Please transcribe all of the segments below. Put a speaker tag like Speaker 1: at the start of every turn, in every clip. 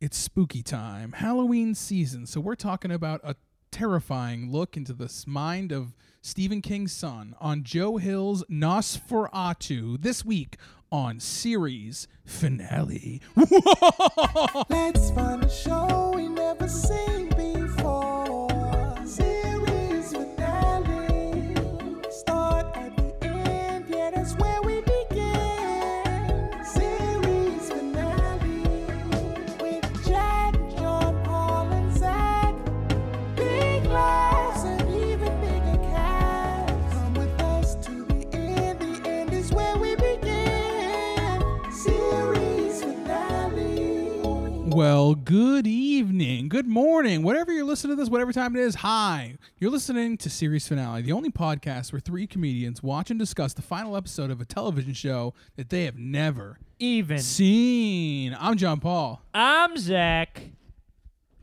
Speaker 1: It's spooky time, Halloween season. So we're talking about a terrifying look into the s- mind of Stephen King's son on Joe Hill's Nosferatu this week on series finale.
Speaker 2: Let's find a show we never seen before. Series finale. Start at the end, yeah, that's where we begin. Series finale with Jack, John, Paul, and Zach. Big laughs and even bigger cats. Come with us to the end. The end is where we begin. Series finale.
Speaker 1: Well, good evening, good morning, whatever you're listening to this, whatever time it is. Hi, you're listening to Series Finale, the only podcast where three comedians watch and discuss the final episode of a television show that they have never
Speaker 3: Even.
Speaker 1: seen. I'm John Paul.
Speaker 3: I'm Zach.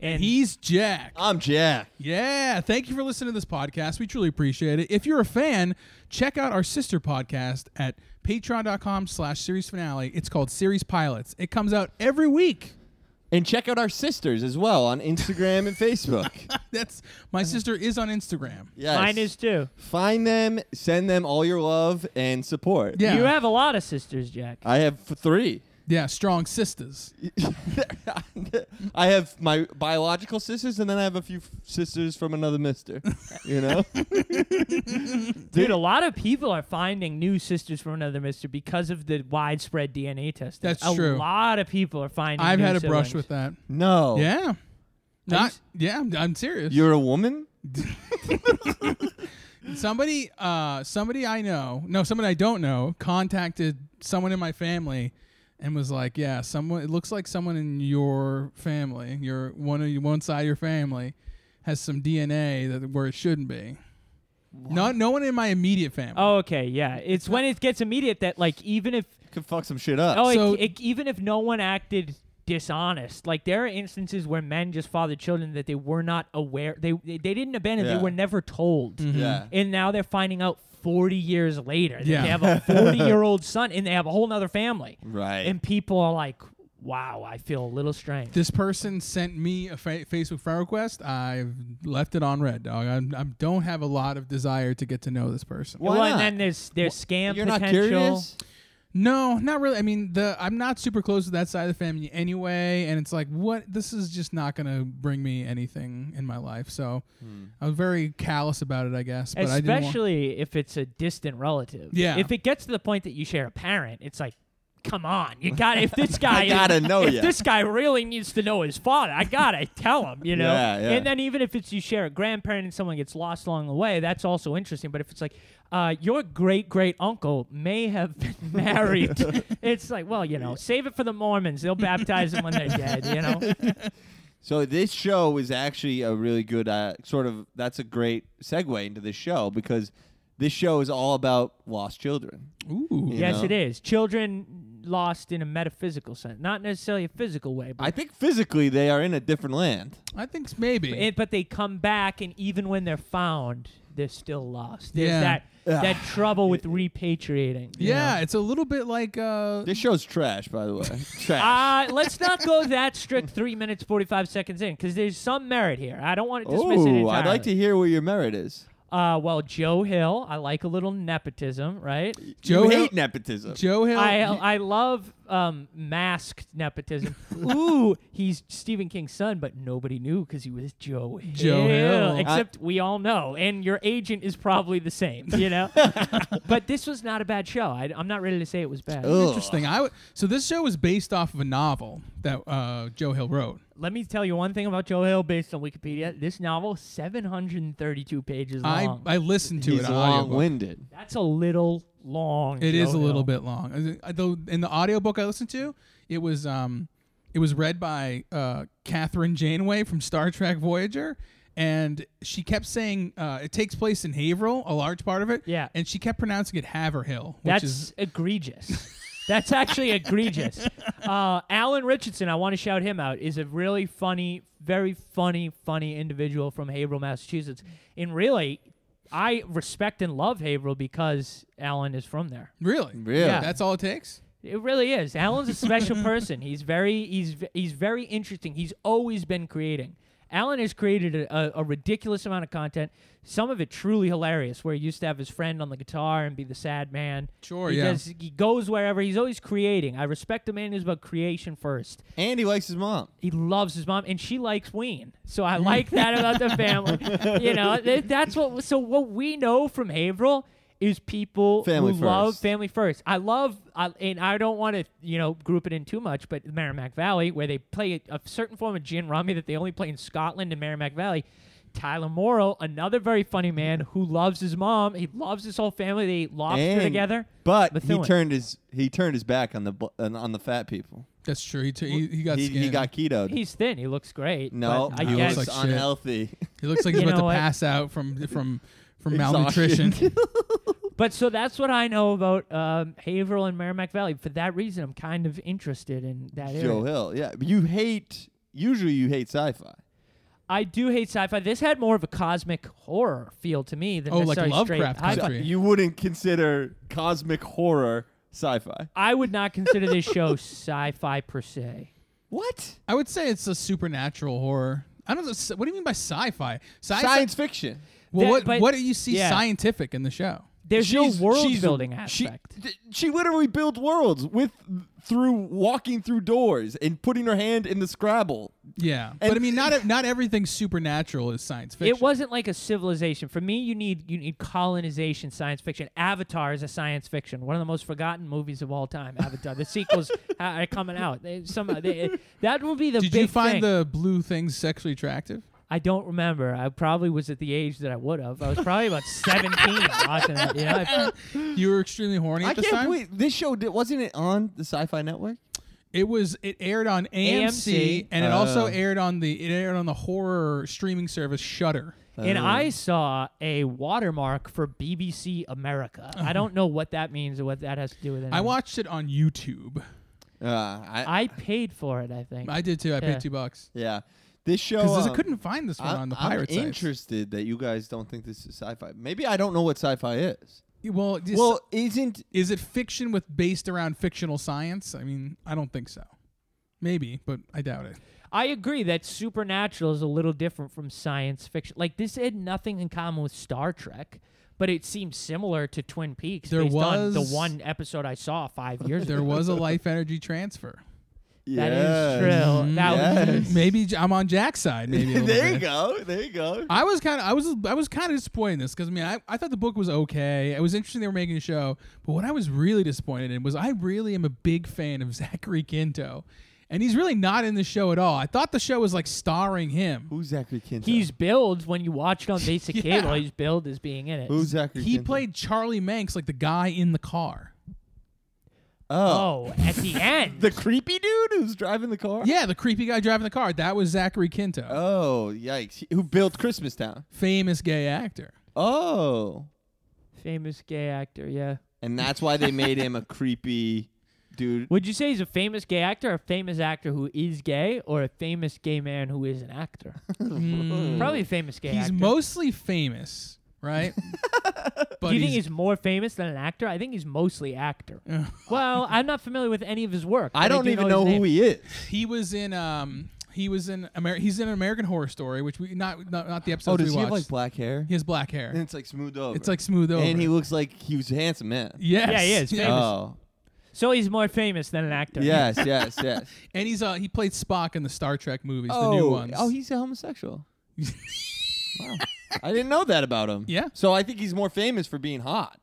Speaker 3: And
Speaker 1: He's Jack.
Speaker 4: I'm Jack.
Speaker 1: Yeah, thank you for listening to this podcast. We truly appreciate it. If you're a fan, check out our sister podcast at patreon.com slash series finale. It's called Series Pilots. It comes out every week.
Speaker 4: And check out our sisters as well on Instagram and Facebook.
Speaker 1: That's
Speaker 3: Uh-huh.
Speaker 1: my sister is on Instagram.
Speaker 4: Yes.
Speaker 3: mine is too.
Speaker 4: Find them, send them all your love and support.
Speaker 1: Yeah.
Speaker 3: You have a lot of sisters, Jack.
Speaker 4: I have f- three.
Speaker 1: Yeah, strong sisters.
Speaker 4: I have my biological sisters, and then I have a few f- sisters from another mister. You know?
Speaker 3: Dude, a lot of people are finding new sisters from another mister because of the widespread DNA testing.
Speaker 1: That's
Speaker 3: a
Speaker 1: true.
Speaker 3: A lot of people are finding
Speaker 1: I've
Speaker 3: new
Speaker 1: had a brush
Speaker 3: siblings. Oh.
Speaker 1: with that.
Speaker 4: no.
Speaker 1: Yeah. Not
Speaker 3: s-
Speaker 1: yeah, I'm, I'm serious.
Speaker 4: You're a woman?
Speaker 1: somebody uh somebody i know no someone i don't know contacted someone in my family and was like yeah someone it looks like someone in your family your one of your- one side of your family has some dna that where it shouldn't be not no one in my immediate family
Speaker 3: Oh, okay, yeah. It's when it gets immediate that, like, even if
Speaker 4: Could fuck some shit up.
Speaker 3: oh, it-
Speaker 1: So-
Speaker 3: it, even if no one acted dishonest, like there are instances where men just fathered children that they were not aware they they, they didn't abandon,
Speaker 4: Yeah.
Speaker 3: they were never told.
Speaker 1: Mm-hmm.
Speaker 4: Yeah.
Speaker 3: and now they're finding out 40 years later that
Speaker 1: Yeah.
Speaker 3: they have a 40 year old son and they have a whole nother family
Speaker 4: Right.
Speaker 3: and people are like wow i feel a little strange
Speaker 1: this person sent me a fa- facebook friend request i've left it on red dog I, I don't have a lot of desire to get to know this person
Speaker 4: Why
Speaker 3: well, and
Speaker 4: not?
Speaker 3: then there's there's scam
Speaker 4: You're not
Speaker 3: potential
Speaker 4: curious?
Speaker 1: No, not really. I mean, the I'm not super close to that side of the family anyway, and it's like what this is just not gonna bring me anything in my life. So
Speaker 4: Hmm.
Speaker 1: I was very callous about it, I guess. But I didn't want,
Speaker 3: especially if it's a distant relative
Speaker 1: Yeah.
Speaker 3: if it gets to the point that you share a parent it's like come on you gotta if this guy
Speaker 4: gotta know
Speaker 3: if
Speaker 4: ya.
Speaker 3: this guy really needs to know his father i gotta tell him you know
Speaker 4: Yeah, yeah.
Speaker 3: and then even if it's you share a grandparent and someone gets lost along the way that's also interesting but if it's like uh, your great great uncle may have been married it's like well you know save it for the mormons they'll baptize him when they're dead you know
Speaker 4: So this show is actually a really good uh, sort of that's a great segue into this show because this show is all about lost children.
Speaker 1: Ooh,
Speaker 4: Yeah.
Speaker 3: yes
Speaker 4: know?
Speaker 3: it is children lost in a metaphysical sense not necessarily a physical way but
Speaker 4: I think physically they are in a different land.
Speaker 1: I think s- maybe.
Speaker 3: And- but they come back, and even when they're found, they're still lost. There's
Speaker 1: Yeah.
Speaker 3: that that trouble with repatriating. you
Speaker 1: yeah,
Speaker 3: know?
Speaker 1: it's a little bit like uh,
Speaker 4: This show's trash, by the way. trash.
Speaker 3: Uh, let's not go that strict. Three minutes forty five seconds in, because there's some merit here. I don't want to dismiss it
Speaker 4: oh,
Speaker 3: entirely.
Speaker 4: I'd like to hear where your merit is.
Speaker 3: Uh, well, Joe Hill, I like a little nepotism, right?
Speaker 1: Joe
Speaker 4: you
Speaker 1: Hill-
Speaker 4: hate nepotism.
Speaker 1: Joe Hill.
Speaker 3: I I love um, masked nepotism. Ooh, he's Stephen King's son, but nobody knew because he was Joe Hill.
Speaker 1: Joe Hill.
Speaker 3: Except we all know, and your agent is probably the same, you know. but this was not a bad show. I, I'm not ready to say it was bad.
Speaker 4: Ugh.
Speaker 1: interesting. I w- so this show is based off of a novel that uh, Joe Hill wrote.
Speaker 3: Let me tell you one thing about Joe Hill based on Wikipedia. This novel, 732 pages long.
Speaker 1: I I listened to
Speaker 4: He's
Speaker 1: it. on audiobook.
Speaker 4: long-winded.
Speaker 3: That's a little long.
Speaker 1: It is
Speaker 3: Joe
Speaker 1: a little
Speaker 3: Hill.
Speaker 1: bit long. Is it- I- Though in the audiobook I listened to, it was um, it was read by uh, Catherine Janeway from Star Trek Voyager, and she kept saying uh, it takes place in Haverhill, a large part of it.
Speaker 3: Yeah.
Speaker 1: and she kept pronouncing it Haverhill, which
Speaker 3: That's
Speaker 1: is
Speaker 3: egregious. That's actually egregious. Uh, Alan Richardson, I want to shout him out, is a really funny, very funny, funny individual from Haverhill, Massachusetts. And really, I respect and love Haverhill because Alan is from there.
Speaker 1: really
Speaker 4: Really?
Speaker 1: That's all it takes.
Speaker 3: It really is. Alan's a special person. He's very he's v- he's very interesting. He's always been creating. Alan has created a, a, a ridiculous amount of content. Some of it truly hilarious, where he used to have his friend on the guitar and be the sad man.
Speaker 1: Sure,
Speaker 3: he
Speaker 1: yeah.
Speaker 3: does- he goes wherever. He's always creating. I respect a man who's about creation first.
Speaker 4: And he likes his mom.
Speaker 3: He loves his mom, and she likes Ween. So I like that about the family. You know, th- that's what. So what we know from Haverhill is people
Speaker 4: Family
Speaker 3: who love
Speaker 4: first.
Speaker 3: family first. I love, I, and I don't want to, you know, group it in too much, but Merrimack Valley, where they play a, a certain form of gin rummy that they only play in Scotland and Merrimack Valley. Tyler Morrow, another very funny man who loves his mom. He loves his whole family. They eat lobster
Speaker 4: And-
Speaker 3: together.
Speaker 4: But he
Speaker 3: Methuen.
Speaker 4: turned his he turned his back on the bu- on on the fat people.
Speaker 1: That's true. He, t- he, he got
Speaker 4: He,
Speaker 1: skinny.
Speaker 4: he got ketoed.
Speaker 3: He's thin. He looks great.
Speaker 4: no,
Speaker 3: but I
Speaker 4: he
Speaker 3: guess
Speaker 4: looks
Speaker 1: like shit.
Speaker 4: unhealthy.
Speaker 1: He looks like he's
Speaker 3: You
Speaker 1: about
Speaker 3: know
Speaker 1: to
Speaker 3: what?
Speaker 1: pass out from from from
Speaker 4: Exhaustion.
Speaker 1: malnutrition.
Speaker 3: But so that's what I know about um, Haverhill and Merrimack Valley. For that reason, I'm kind of interested in that
Speaker 4: Joe
Speaker 3: area.
Speaker 4: Hill. Yeah, But you hate. Usually, you hate sci-fi.
Speaker 3: I do hate sci-fi. This had more of a cosmic horror feel to me than
Speaker 1: Oh, like
Speaker 3: necessarily
Speaker 1: Lovecraft
Speaker 3: straight.
Speaker 1: country.
Speaker 3: I,
Speaker 1: Three.
Speaker 4: You wouldn't consider cosmic horror sci-fi.
Speaker 3: I would not consider this show sci-fi per se.
Speaker 4: What?
Speaker 1: I would say it's a supernatural horror. I don't know. s- What do you mean by sci-fi? Sci-
Speaker 4: Science fiction.
Speaker 1: Well,
Speaker 3: That-
Speaker 1: what
Speaker 3: but-
Speaker 1: what do you see
Speaker 3: yeah.
Speaker 1: scientific in the show?
Speaker 3: There's
Speaker 4: She's-
Speaker 3: no world
Speaker 4: she's-
Speaker 3: building
Speaker 4: she-
Speaker 3: aspect.
Speaker 4: th- She, literally built worlds with through walking through doors and putting her hand in the Scrabble.
Speaker 1: Yeah,
Speaker 4: And-
Speaker 1: but I mean, not ev- not everything supernatural is science fiction.
Speaker 3: It wasn't like a civilization. For me, you need you need colonization science fiction. Avatar is a science fiction. One of the most forgotten movies of all time. Avatar. the sequels are coming out. They, some they, that will be the
Speaker 1: Did
Speaker 3: big
Speaker 1: you find
Speaker 3: thing.
Speaker 1: the blue things sexually attractive?
Speaker 3: I don't remember. I probably was at the age that I would have. I was probably about 17 watching that. You know,
Speaker 1: Oh.
Speaker 3: I-
Speaker 1: You were extremely horny at
Speaker 4: I
Speaker 1: this
Speaker 4: can't
Speaker 1: time.
Speaker 4: believe this show did, wasn't it on the Sci-Fi Network?
Speaker 1: It was it aired on AMC,
Speaker 3: AMC.
Speaker 1: and it also
Speaker 4: Oh.
Speaker 1: aired on the it aired on the horror streaming service Shudder.
Speaker 3: and I saw a watermark for BBC America. I don't know what that means or what that has to do with it.
Speaker 1: I watched it on YouTube.
Speaker 4: Uh, I,
Speaker 3: I paid for it, I think.
Speaker 1: I did too. I
Speaker 3: Yeah.
Speaker 1: paid two bucks
Speaker 4: yeah, this show.
Speaker 1: because I
Speaker 4: um,
Speaker 1: couldn't find this one
Speaker 4: I'm,
Speaker 1: on the
Speaker 4: I'm
Speaker 1: pirate site.
Speaker 4: interested that you guys don't think this is sci-fi. Maybe I don't know what sci-fi is.
Speaker 1: Well, just-
Speaker 4: Well, isn't
Speaker 1: is it fiction with based around fictional science? I mean, I don't think so. Maybe, but I doubt it.
Speaker 3: I agree that supernatural is a little different from science fiction. Like, this had nothing in common with Star Trek. But it seems similar to Twin Peaks
Speaker 1: There
Speaker 3: based on the
Speaker 1: was-
Speaker 3: one episode I saw five years
Speaker 1: There
Speaker 3: ago.
Speaker 1: was a life energy transfer.
Speaker 3: That is
Speaker 4: Yes.
Speaker 3: true. That was
Speaker 4: Yes.
Speaker 1: Maybe j- I'm on Jack's side. Maybe a little
Speaker 4: there you
Speaker 1: bit.
Speaker 4: go. There you go.
Speaker 1: I was kind of I was I was kind of disappointed in this because I mean I, I thought the book was okay. It was interesting they were making a show, but what I was really disappointed in was I really am a big fan of Zachary Quinto, and he's really not in the show at all. I thought the show was like starring him.
Speaker 4: Who's Zachary Quinto?
Speaker 3: He's billed when you watch it on basic
Speaker 1: Yeah.
Speaker 3: cable. He's billed as being in it.
Speaker 4: Who's Zachary?
Speaker 1: He
Speaker 4: Quinto?
Speaker 1: played Charlie Manx, like the guy in the car.
Speaker 4: Oh,
Speaker 3: Oh, at the end.
Speaker 4: the creepy dude who's driving the car.
Speaker 1: Yeah, the creepy guy driving the car. That was Zachary Quinto,
Speaker 4: Oh, yikes! Who built Christmas Town?
Speaker 1: famous gay actor.
Speaker 4: Oh,
Speaker 3: famous gay actor, yeah.
Speaker 4: and that's why they made him a creepy dude.
Speaker 3: Would you say he's a famous gay actor, a famous actor who is gay, or a famous gay man who is an actor?
Speaker 4: Hmm.
Speaker 3: Probably a famous gay
Speaker 1: He's
Speaker 3: actor.
Speaker 1: mostly famous, right? but
Speaker 3: Do you think he's more famous than an actor? I think he's mostly actor.
Speaker 1: Ugh.
Speaker 3: well, I'm not familiar with any of his work. but
Speaker 4: I don't
Speaker 3: do
Speaker 4: even
Speaker 3: know
Speaker 4: know
Speaker 3: his name.
Speaker 4: who he is.
Speaker 1: He was in um he was in Amer- he's in American Horror Story, which we not not, not the episode
Speaker 4: Oh, does
Speaker 1: we
Speaker 4: he
Speaker 1: watched.
Speaker 4: have like black hair?
Speaker 1: he has black
Speaker 4: And
Speaker 1: hair.
Speaker 4: it's like smoothed over.
Speaker 1: It's like smooth over.
Speaker 4: and he looks like he was a handsome man.
Speaker 1: yes.
Speaker 3: Yeah, he is
Speaker 1: yes.
Speaker 3: famous.
Speaker 4: Oh,
Speaker 3: So he's more famous than an actor.
Speaker 4: yes, yes, yes.
Speaker 1: And he's uh he played Spock in the Star Trek movies,
Speaker 4: oh,
Speaker 1: the new ones.
Speaker 4: oh, he's a homosexual. wow, I didn't know that about him.
Speaker 1: Yeah.
Speaker 4: So I think he's more famous for being hot.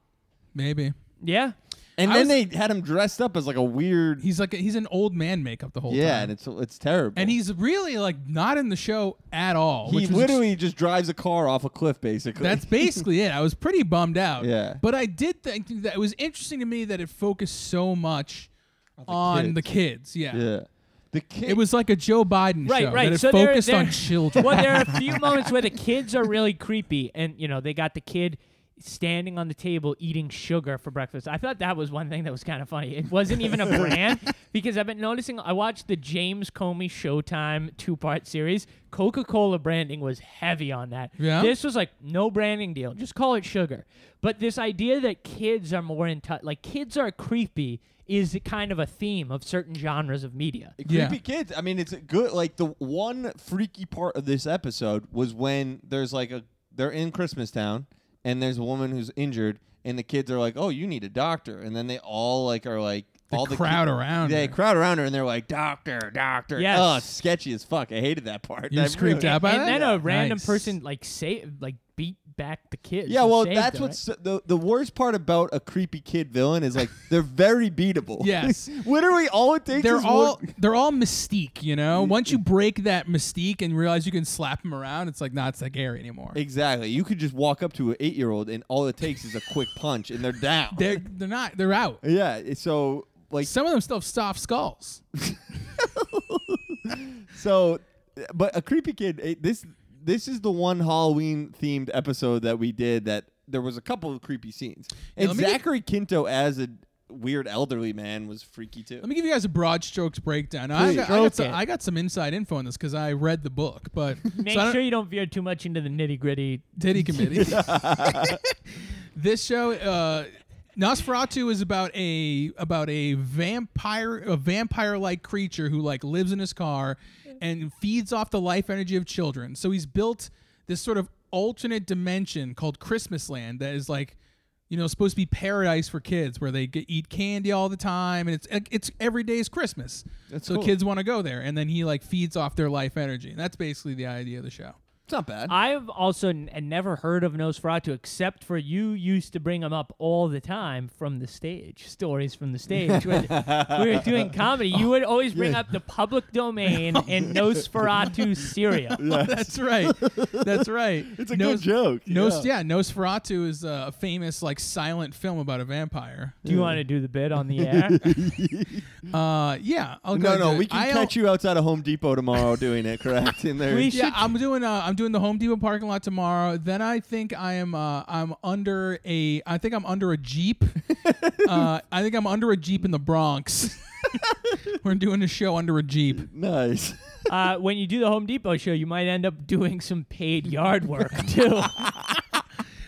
Speaker 1: maybe.
Speaker 3: Yeah.
Speaker 4: And
Speaker 1: I
Speaker 4: then
Speaker 1: was-
Speaker 4: they had him dressed up as like a weird.
Speaker 1: He's like a, he's an old man makeup the whole
Speaker 4: yeah,
Speaker 1: time.
Speaker 4: and it's it's terrible.
Speaker 1: and he's really like not in the show at all.
Speaker 4: he
Speaker 1: which was ex-
Speaker 4: literally just drives a car off a cliff, basically.
Speaker 1: That's basically it. I was pretty bummed out.
Speaker 4: Yeah.
Speaker 1: But I did think that it was interesting to me that it focused so much on
Speaker 4: kids.
Speaker 1: the kids. Yeah.
Speaker 4: yeah. The kid.
Speaker 1: It was like a Joe Biden
Speaker 3: Right,
Speaker 1: show
Speaker 3: right.
Speaker 1: that it
Speaker 3: So there-
Speaker 1: focused
Speaker 3: there-
Speaker 1: on children.
Speaker 3: Well, there are a few moments where the kids are really creepy, and you know they got the kid standing on the table eating sugar for breakfast. I thought that was one thing that was kind of funny. It wasn't even a brand because I've been noticing. I watched the James Comey Showtime two part series. Coca Cola branding was heavy on that.
Speaker 1: Yeah?
Speaker 3: This was like no branding deal. Just call it sugar. But this idea that kids are more in touch, like kids are creepy, is kind of a theme of certain genres of media.
Speaker 1: Yeah.
Speaker 4: Creepy kids. I mean, it's a good. Like the one freaky part of this episode was when there's like a they're in Christmas Town and there's a woman who's injured and the kids are like, "Oh, you need a doctor," and then they all like are like all the
Speaker 1: crowd
Speaker 4: ki-
Speaker 1: around
Speaker 4: They
Speaker 1: her.
Speaker 4: crowd around her and they're like, "Doctor, doctor."
Speaker 3: Yes.
Speaker 4: Oh, it's sketchy as fuck. I hated that part.
Speaker 1: You
Speaker 4: That
Speaker 1: screamed
Speaker 4: really-
Speaker 1: out by
Speaker 3: and
Speaker 1: that?
Speaker 3: then a random
Speaker 1: Nice.
Speaker 3: person like say like beat back the kids.
Speaker 4: Yeah,
Speaker 3: and
Speaker 4: well,
Speaker 3: saved
Speaker 4: that's
Speaker 3: them,
Speaker 4: what's the the worst part about a creepy kid villain is like they're very beatable.
Speaker 1: Yes.
Speaker 4: literally all it takes.
Speaker 1: They're
Speaker 4: is
Speaker 1: all
Speaker 4: one-
Speaker 1: they're all mystique, you know.
Speaker 3: Mm.
Speaker 1: Once you break that mystique and realize you can slap them around, it's like not so scary anymore.
Speaker 4: Exactly. You could just walk up to an eight year old and all it takes is a quick punch and they're down.
Speaker 1: They're they're not they're out.
Speaker 4: yeah. it's So like
Speaker 1: Some of them still have soft skulls.
Speaker 4: so, but a creepy kid. eh, This this is the one Halloween themed episode that we did that there was a couple of creepy scenes and
Speaker 1: let me get-
Speaker 4: Zachary Quinto as a weird elderly man was freaky too.
Speaker 1: Let me give you guys a broad strokes breakdown. Now, I
Speaker 4: Please.
Speaker 1: got, I, got
Speaker 3: Okay.
Speaker 1: some, I got some inside info on this because I read the book, but
Speaker 3: Make
Speaker 1: so I don't-
Speaker 3: sure you don't veer too much into the nitty gritty.
Speaker 1: Diddy Committee. this show, uh, Nosferatu, is about a about a vampire a vampire like creature who like lives in his car and feeds off the life energy of children. So he's built this sort of alternate dimension called Christmas Land that is like. You know, supposed to be paradise for kids, where they get, eat candy all the time, and it's it's every day is Christmas,
Speaker 4: That's
Speaker 1: so
Speaker 4: cool.
Speaker 1: kids want to go there. And then he like feeds off their life energy. And that's basically the idea of the show.
Speaker 4: It's not bad.
Speaker 3: I've also n- and never heard of Nosferatu except for you used to bring him up all the time from the stage, stories from the stage. When we were doing comedy, you would always bring up the public domain and Nosferatu Syria.
Speaker 1: That's right. That's right. It's
Speaker 4: a good joke,
Speaker 1: Nos, yeah. Nosferatu is a famous like silent film about a vampire.
Speaker 3: Do you want to do the bit on the air?
Speaker 1: Uh, yeah. I'll go
Speaker 4: no, no,
Speaker 1: do it.
Speaker 4: we can
Speaker 1: I'll-
Speaker 4: catch you outside of Home Depot tomorrow doing it, correct? In there,
Speaker 3: We
Speaker 1: Yeah,
Speaker 3: should-
Speaker 1: I'm doing. Uh, I'm doing the Home Depot parking lot tomorrow. Then I think I am. Uh, I'm under a. I think I'm under a jeep. uh, I think I'm under a jeep in the Bronx. We're doing a show under a jeep.
Speaker 4: nice.
Speaker 3: Uh, when you do the Home Depot show, you might end up doing some paid yard work too.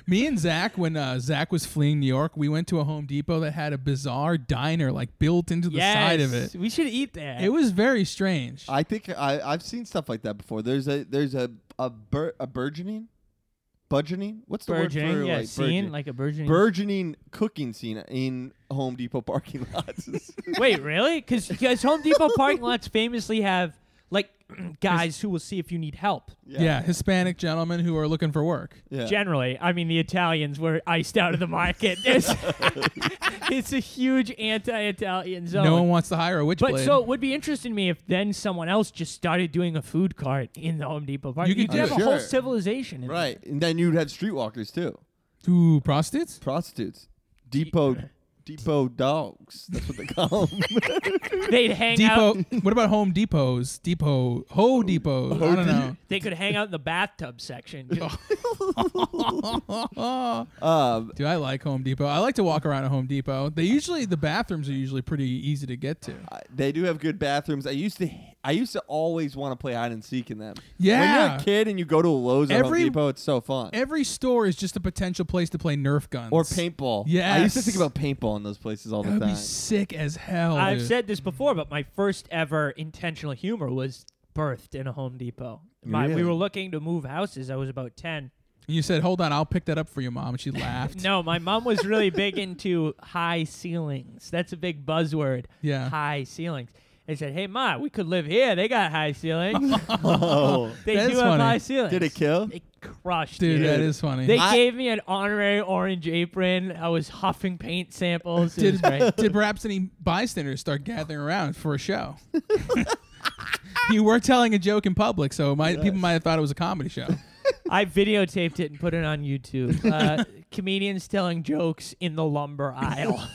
Speaker 1: Me and Zach, when uh, Zach was fleeing New York, we went to a Home Depot that had a bizarre diner like built into the
Speaker 3: yes,
Speaker 1: side of it.
Speaker 3: we should eat there.
Speaker 1: It was very strange.
Speaker 4: I think I, I've seen stuff like that before. There's a there's a a, bur- a burgeoning, burgeoning. What's the
Speaker 3: burgeoning,
Speaker 4: word for
Speaker 3: yeah,
Speaker 4: like
Speaker 3: scene
Speaker 4: burgeoning?
Speaker 3: like a burgeoning.
Speaker 4: burgeoning cooking scene in Home Depot parking lots?
Speaker 3: Wait, really? Because Home Depot parking lots famously have like guys who will see if you need help.
Speaker 1: yeah. Hispanic gentlemen who are looking for work.
Speaker 4: yeah.
Speaker 3: Generally, I mean the Italians were iced out of the market. There's- it's a huge anti-Italian zone.
Speaker 1: No one wants to hire a
Speaker 3: but
Speaker 1: witchblade.
Speaker 3: so it would be interesting to me if then someone else just started doing a food cart in the Home Depot park.
Speaker 1: You could do
Speaker 3: have
Speaker 1: it.
Speaker 3: a whole
Speaker 4: Sure.
Speaker 3: civilization. In
Speaker 4: right. And then you'd have streetwalkers too,
Speaker 1: Ooh, prostitutes?
Speaker 4: prostitutes, depot depot dogs. That's what they call them.
Speaker 3: there. They'd hang
Speaker 1: Depot.
Speaker 3: out.
Speaker 1: what about Home Depots? Depot. Ho Depots. I don't know.
Speaker 3: They could hang out in the bathtub section.
Speaker 4: um,
Speaker 1: Do I like Home Depot? I like to walk around at Home Depot. They usually the bathrooms are usually pretty easy to get to.
Speaker 4: I- they do have good bathrooms. I used to I used to always want to play hide and seek in them. When
Speaker 1: Yeah.
Speaker 4: you're a kid and you go to a Lowe's or Home
Speaker 1: Every-
Speaker 4: Depot, it's so fun.
Speaker 1: Every store is just a potential place to play Nerf guns
Speaker 4: Or paintball. I used to
Speaker 1: Yes.
Speaker 4: think about paintball in those places all
Speaker 1: That
Speaker 4: the
Speaker 1: would be
Speaker 4: time.
Speaker 1: sick as hell.
Speaker 3: I've
Speaker 1: Oh, dude.
Speaker 3: said this before, but my first ever intentional humor was birthed in a Home Depot. My,
Speaker 4: Really?
Speaker 3: We were looking to move houses. I was about 10.
Speaker 1: You said, "Hold on, I'll pick that up for you, mom," and she laughed.
Speaker 3: No, my mom was really big into high ceilings. That's a big buzzword.
Speaker 1: Yeah.
Speaker 3: High ceilings. I said, hey, Ma, we could live here. They got high ceilings.
Speaker 4: oh,
Speaker 3: they
Speaker 1: That's
Speaker 3: do have
Speaker 1: funny.
Speaker 3: high ceilings.
Speaker 4: did it kill?
Speaker 3: It crushed,
Speaker 1: dude,
Speaker 3: dude.
Speaker 1: that is funny.
Speaker 3: They
Speaker 4: I-
Speaker 3: gave me an honorary orange apron. I was huffing paint samples. It was
Speaker 1: did,
Speaker 3: great.
Speaker 1: did perhaps any bystanders start gathering around for a show? you were telling a joke in public, so my, people might have thought it was a comedy show.
Speaker 3: I videotaped it and put it on YouTube. Uh, comedians telling jokes in the lumber aisle.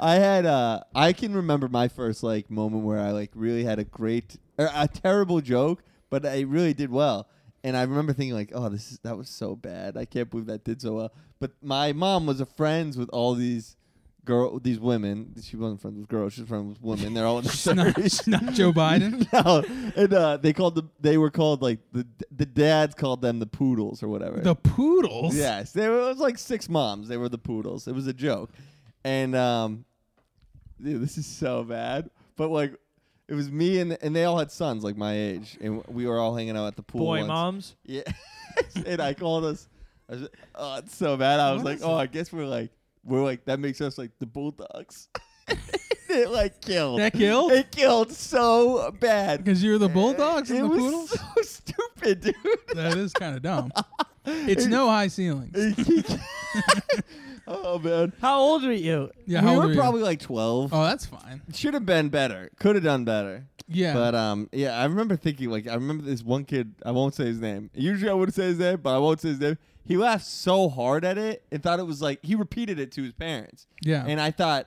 Speaker 4: I had uh I can remember my first er, like moment where I like really had a great or a terrible joke, but I really did well. And I remember thinking like, oh, this is that was so bad. I can't believe that did so well. But my mom was a friends with all these girl, these women. She wasn't friends with girls. She was friends with women. They're all in their
Speaker 1: It's not,
Speaker 4: thirties.
Speaker 1: it's not Joe Biden.
Speaker 4: no, and uh, they called the they were called like the the dads called them the poodles or whatever.
Speaker 1: The poodles.
Speaker 4: Yes, they were, it was like six moms. They were the poodles. It was a joke, and um, dude, this is so bad. But like, it was me and and they all had sons like my age, and we were all hanging out at the pool.
Speaker 3: Boy,
Speaker 4: once.
Speaker 3: moms.
Speaker 4: Yeah, and I called us. I was, oh, it's so bad. I was
Speaker 1: What
Speaker 4: like,
Speaker 1: is
Speaker 4: oh, I guess we're like, we're like that makes us like the bulldogs. it like killed.
Speaker 1: That killed?
Speaker 4: It killed so bad.
Speaker 1: Because you're the bulldogs
Speaker 4: Eh, it
Speaker 1: and the
Speaker 4: was
Speaker 1: poodles.
Speaker 4: so stupid, dude.
Speaker 1: that is kind of dumb. It's no high ceilings.
Speaker 4: oh man.
Speaker 3: How old were you?
Speaker 1: Yeah,
Speaker 4: we
Speaker 1: how old
Speaker 4: were
Speaker 1: are you?
Speaker 4: probably like 12.
Speaker 1: Oh, that's fine.
Speaker 4: Should have been better. Could have done better.
Speaker 1: Yeah.
Speaker 4: But um, yeah, I remember thinking like I remember this one kid. I won't say his name. Usually I would say his name, but I won't say his name. He laughed so hard at it and thought it was like he repeated it to his parents.
Speaker 1: Yeah.
Speaker 4: And I thought,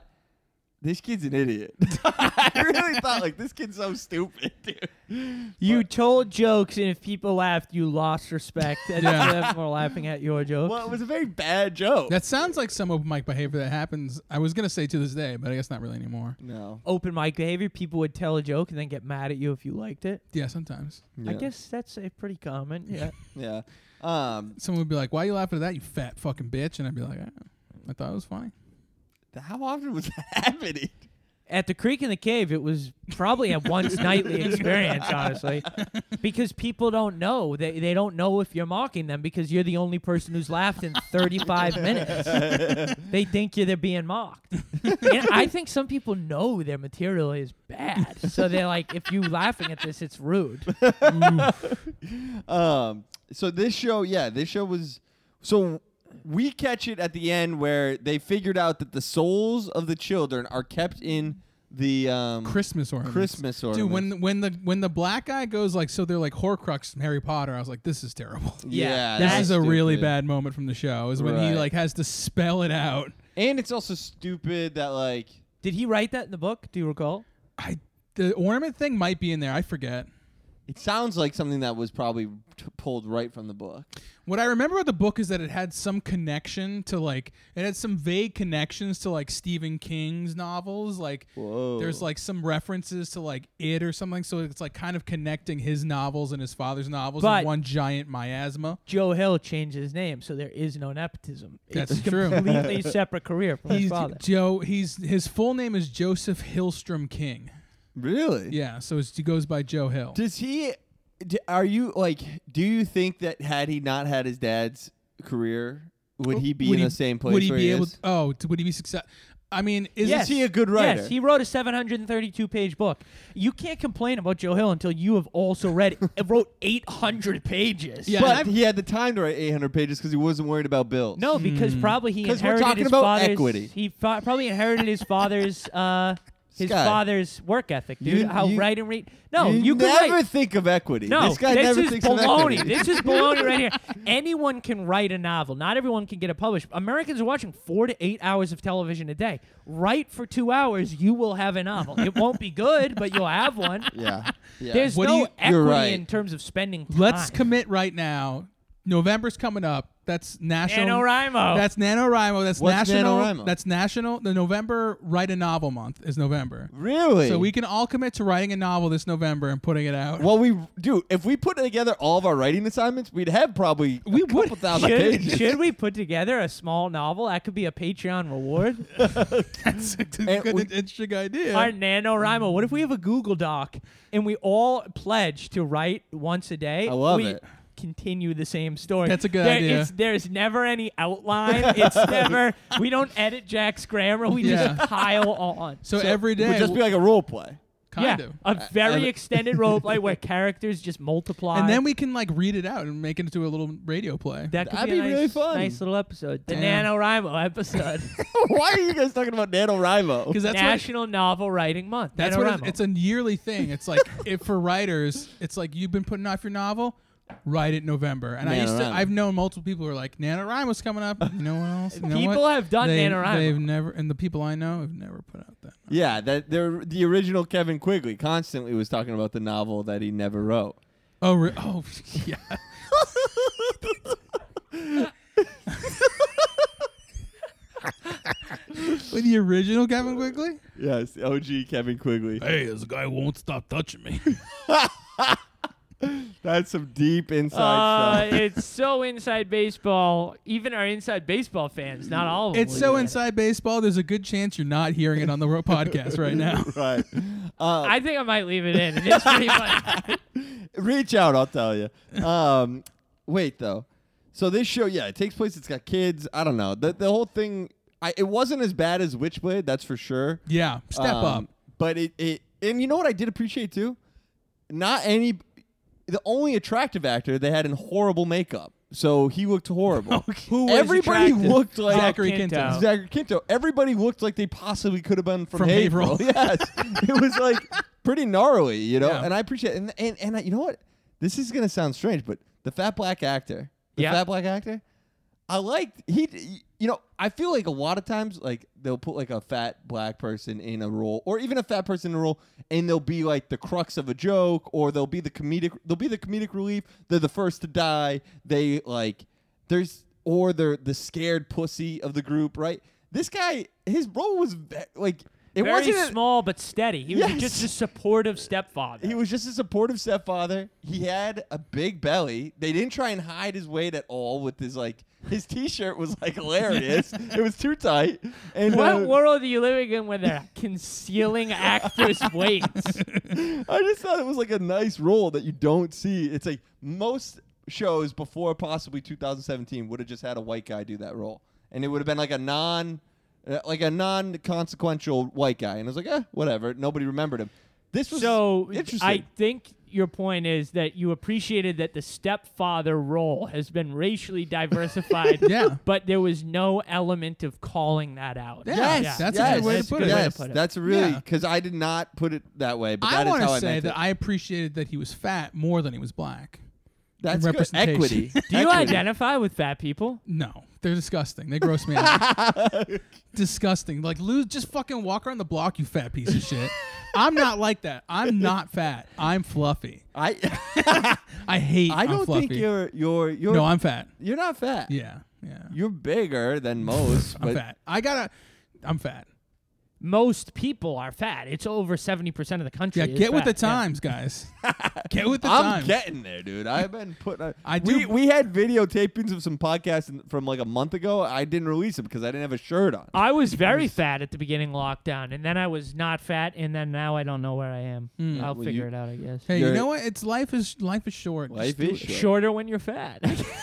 Speaker 4: this kid's an idiot. I really thought like this kid's so stupid, dude.
Speaker 3: You told jokes, and if people laughed, you lost respect, and
Speaker 1: Yeah.
Speaker 3: yeah. were laughing at your jokes.
Speaker 4: Well, it was a very bad joke.
Speaker 1: that sounds like some open mic behavior that happens. I was gonna say to this day, but I guess not really anymore.
Speaker 4: no.
Speaker 3: Open mic behavior. People would tell a joke and then get mad at you if you liked it.
Speaker 1: Yeah, sometimes
Speaker 4: Yeah.
Speaker 3: I guess that's uh, pretty common. Yeah.
Speaker 4: Yeah. Um,
Speaker 1: someone would be like, "Why you laughing at that, you fat fucking bitch?" And I'd be like, "Ah, "I thought it was funny."
Speaker 4: how often was that happening?
Speaker 3: at the creek in the cave, it was probably a once nightly experience, honestly, because people don't know. They, they don't know if you're mocking them because you're the only person who's laughed in 35 minutes. They think you're they're being mocked. and I think some people know their material is bad, so they're like, if you laughing at this, it's rude.
Speaker 4: um so this show yeah this show was so we catch it at the end where they figured out that the souls of the children are kept in the um
Speaker 1: Christmas ornaments.
Speaker 4: Christmas
Speaker 1: Dude, when the- when the when the black guy goes like, so they're like Horcrux from Harry Potter. I was like, this is terrible.
Speaker 4: yeah,
Speaker 3: Yeah,
Speaker 4: that's
Speaker 1: This is a really
Speaker 4: stupid.
Speaker 1: bad moment from the show. Is when he
Speaker 4: Right.
Speaker 1: like has to spell it out.
Speaker 4: and it's also stupid that like
Speaker 3: Did he write that in the book? Do you recall?
Speaker 1: I the ornament thing might be in there. I forget.
Speaker 4: it sounds like something that was probably t- pulled right from the book
Speaker 1: What I remember about the book is that it had some connection to like it had some vague connections to like Stephen King's novels. Like
Speaker 4: Whoa.
Speaker 1: there's like some references to like it or something. So it's like kind of connecting his novels and his father's novels
Speaker 3: But-
Speaker 1: in one giant miasma.
Speaker 3: Joe Hill changed his name, so there is no nepotism.
Speaker 1: That's
Speaker 3: it's
Speaker 1: true.
Speaker 3: Completely separate career from his
Speaker 1: He's
Speaker 3: father.
Speaker 1: Joe. He's his full name is Joseph Hillstrom King.
Speaker 4: really
Speaker 1: Yeah, so it's, he goes by Joe Hill.
Speaker 4: does he d- are you like do you think that had he not had his dad's career would he be in the same place
Speaker 1: Oh, Would he
Speaker 4: where
Speaker 1: be
Speaker 4: he
Speaker 1: able?
Speaker 4: is?
Speaker 1: oh, t- would he be success? I mean, is
Speaker 4: Yes.
Speaker 1: it,
Speaker 4: he a good writer?
Speaker 3: Yes, he wrote a 732 page book. You can't complain about Joe Hill until you have also read wrote 800 pages.
Speaker 1: Yeah. and
Speaker 4: But
Speaker 1: I've-
Speaker 4: he had the time to write 800 pages because he wasn't worried about bills.
Speaker 3: No, because probably he
Speaker 4: Hmm. 'Cause
Speaker 3: inherited
Speaker 4: we're talking
Speaker 3: his
Speaker 4: about
Speaker 3: father's
Speaker 4: equity.
Speaker 3: He fa- probably inherited his father's uh his
Speaker 4: Scott.
Speaker 3: father's work ethic, dude.
Speaker 4: You-
Speaker 3: How
Speaker 4: you-
Speaker 3: write and read. No,
Speaker 4: you,
Speaker 3: you, could
Speaker 4: never
Speaker 3: write.
Speaker 4: think of equity.
Speaker 3: No,
Speaker 4: this guy never
Speaker 3: is
Speaker 4: thinks of
Speaker 3: baloney.
Speaker 4: equity.
Speaker 3: This is baloney right here. Anyone can write a novel. Not everyone can get it published. Americans are watching four to eight hours of television a day. Write for two hours, you will have a novel. It won't be good, but you'll have one.
Speaker 4: yeah, yeah.
Speaker 3: There's
Speaker 1: What do
Speaker 3: no
Speaker 1: you-
Speaker 3: equity
Speaker 4: You're right.
Speaker 3: in terms of spending. Time.
Speaker 1: Let's commit right now. November's coming up. That's national.
Speaker 3: NaNoWriMo.
Speaker 1: That's NaNoWriMo. That's
Speaker 4: What's
Speaker 1: national.
Speaker 4: NaNoWriMo?
Speaker 1: That's national. The November Write a Novel Month is November.
Speaker 4: really.
Speaker 1: So we can all commit to writing a novel this November and putting it out.
Speaker 4: Well, we do. If we put together all of our writing assignments, we'd have probably
Speaker 1: We
Speaker 4: a couple
Speaker 1: would.
Speaker 4: thousand
Speaker 3: should,
Speaker 4: pages.
Speaker 3: should we put together a small novel? That could be a Patreon reward.
Speaker 1: That's a good,
Speaker 4: And we-
Speaker 1: interesting idea.
Speaker 3: Our NaNoWriMo. What if we have a Google Doc and we all pledge to write once a day?
Speaker 4: I love
Speaker 3: We
Speaker 4: it.
Speaker 3: Continue the same story.
Speaker 1: That's a good
Speaker 3: There-
Speaker 1: idea.
Speaker 3: It's, there's never any outline. It's never. We don't edit Jack's grammar. We
Speaker 1: Yeah.
Speaker 3: just pile on.
Speaker 1: so,
Speaker 4: So
Speaker 1: every
Speaker 4: It
Speaker 1: day,
Speaker 4: would just be like a role play.
Speaker 1: kind
Speaker 3: yeah,
Speaker 1: of.
Speaker 3: a very extended role play where characters just multiply.
Speaker 1: And then we can like read it out and make it into a little radio play.
Speaker 3: That could
Speaker 4: That'd
Speaker 3: be, a
Speaker 4: be
Speaker 3: nice,
Speaker 4: really fun.
Speaker 3: nice little episode. The
Speaker 1: Damn.
Speaker 3: NaNoWriMo episode.
Speaker 4: Why are you guys talking about NaNoWriMo?
Speaker 1: Because that's what
Speaker 3: National Novel Writing Month.
Speaker 1: That's what it's,
Speaker 3: NaNoWriMo.
Speaker 1: it's a yearly thing. It's like if for writers, it's like you've been putting off your novel, write it November. And I used to
Speaker 4: NaNoWriMo.
Speaker 1: I've known multiple people who are like NaNoWriMo's coming up. You know what else? You know
Speaker 3: People
Speaker 1: what?
Speaker 3: have done
Speaker 1: they,
Speaker 3: NaNoWriMo.
Speaker 1: They've never and the people I know have never put out that.
Speaker 4: Yeah, that the the original Kevin Quigley constantly was talking about the novel that he never wrote.
Speaker 1: Oh, re- oh yeah. With the original Kevin Quigley?
Speaker 4: Yes, OG Kevin Quigley.
Speaker 1: Hey, this guy won't stop touching me.
Speaker 4: That's some deep
Speaker 3: Uh,
Speaker 4: inside stuff.
Speaker 3: it's so inside baseball. Even our inside baseball fans, not all of them.
Speaker 1: it's
Speaker 3: will
Speaker 1: so
Speaker 3: get it.
Speaker 1: inside baseball. There's a good chance you're not hearing it on the ro- podcast right now.
Speaker 4: right. Uh,
Speaker 3: I think I might leave it in. It is pretty funny.
Speaker 4: reach out, I'll tell you. Um, wait though. So this show, yeah, it takes place. It's got kids. I don't know. The the whole thing. I it wasn't as bad as Witchblade, that's for sure.
Speaker 1: Yeah, step
Speaker 4: Um,
Speaker 1: up.
Speaker 4: But it, it and you know what I did appreciate too? Not any the only attractive actor they had in horrible makeup. So he looked horrible.
Speaker 1: Who was
Speaker 4: Everybody
Speaker 1: attractive?
Speaker 4: looked like
Speaker 1: Zachary
Speaker 3: Kinto.
Speaker 1: Quinto.
Speaker 3: Zach-
Speaker 4: Zachary Quinto. Everybody looked like they possibly could have been from,
Speaker 1: From
Speaker 4: Haverhill.
Speaker 1: Haverhill.
Speaker 4: yes. It was like pretty gnarly, you know?
Speaker 1: Yeah.
Speaker 4: And I appreciate And, and, and you know what? This is going to sound strange, but the fat black actor, the
Speaker 3: Yeah.
Speaker 4: fat black actor, I liked, he, you know, I feel like a lot of times, like, they'll put like a fat black person in a role or even a fat person in a role and they'll be like the crux of a joke or they'll be the comedic, they'll be the comedic relief. They're the first to die. They like, there's or they're the scared pussy of the group, right? This guy, his role was ve- like it
Speaker 3: Very
Speaker 4: wasn't. a-
Speaker 3: small but steady. He was
Speaker 4: Yes.
Speaker 3: just a supportive stepfather.
Speaker 4: he was just a supportive stepfather. He had a big belly. They didn't try and hide his weight at all with his like his t-shirt was like hilarious. it was too tight. And
Speaker 3: what
Speaker 4: uh,
Speaker 3: world are you living in where they're concealing actors' weights?
Speaker 4: I just thought it was like a nice role that you don't see. It's like most shows before possibly 2017 would have just had a white guy do that role, and it would have been like a non, uh, like a non-consequential white guy. And I was like, eh, whatever. Nobody remembered him. This was
Speaker 3: So
Speaker 4: interesting.
Speaker 3: I think your point is that you appreciated that the stepfather role has been racially diversified.
Speaker 1: Yeah.
Speaker 3: But there was no element of calling that out.
Speaker 1: Yeah.
Speaker 4: yes,
Speaker 1: Yeah, that's a
Speaker 4: yes,
Speaker 1: good way to
Speaker 4: that's
Speaker 1: put it.
Speaker 4: Yes,
Speaker 3: Way to put it.
Speaker 4: that's really
Speaker 1: Yeah.
Speaker 4: because I did not put it that way. But
Speaker 1: I
Speaker 4: that is
Speaker 1: want
Speaker 4: how
Speaker 1: to
Speaker 4: I
Speaker 1: say
Speaker 4: meant
Speaker 1: that
Speaker 4: it.
Speaker 1: I appreciated that he was fat more than he was black.
Speaker 4: that's good.
Speaker 1: representation.
Speaker 4: equity.
Speaker 3: Do you
Speaker 4: Equity.
Speaker 3: identify with fat people?
Speaker 1: No, they're disgusting. They gross me out. disgusting. Like, lose, just fucking walk around the block, you fat piece of shit. I'm not like that. I'm not fat. I'm fluffy.
Speaker 4: I
Speaker 1: I hate.
Speaker 4: I
Speaker 1: I'm
Speaker 4: don't
Speaker 1: fluffy.
Speaker 4: think you're you're you're
Speaker 1: No, I'm fat.
Speaker 4: you're not fat.
Speaker 1: Yeah, yeah.
Speaker 4: You're bigger than most,
Speaker 1: I'm
Speaker 4: but
Speaker 1: fat. I gotta. I'm fat.
Speaker 3: Most people are fat. It's over 70% of the country.
Speaker 1: Yeah,
Speaker 3: is
Speaker 1: get with the
Speaker 3: fat. Yeah.
Speaker 1: times, guys. get with the
Speaker 4: I'm
Speaker 1: times.
Speaker 4: getting there, dude. I've been putting.
Speaker 1: I
Speaker 4: We,
Speaker 1: do-
Speaker 4: we had videotapings of some podcasts in- from like a month ago. I didn't release them because I didn't have a shirt on.
Speaker 3: I was very fat at the beginning lockdown, and then I was not fat, and then now I don't know where I am. I'll
Speaker 4: Well,
Speaker 3: figure
Speaker 4: you-
Speaker 3: it out, I guess.
Speaker 1: Hmm. hey, you
Speaker 4: You're-
Speaker 1: know what? It's life is life is short. Just
Speaker 4: Life
Speaker 1: do
Speaker 4: is
Speaker 1: it.
Speaker 4: short.
Speaker 3: Shorter when you're fat.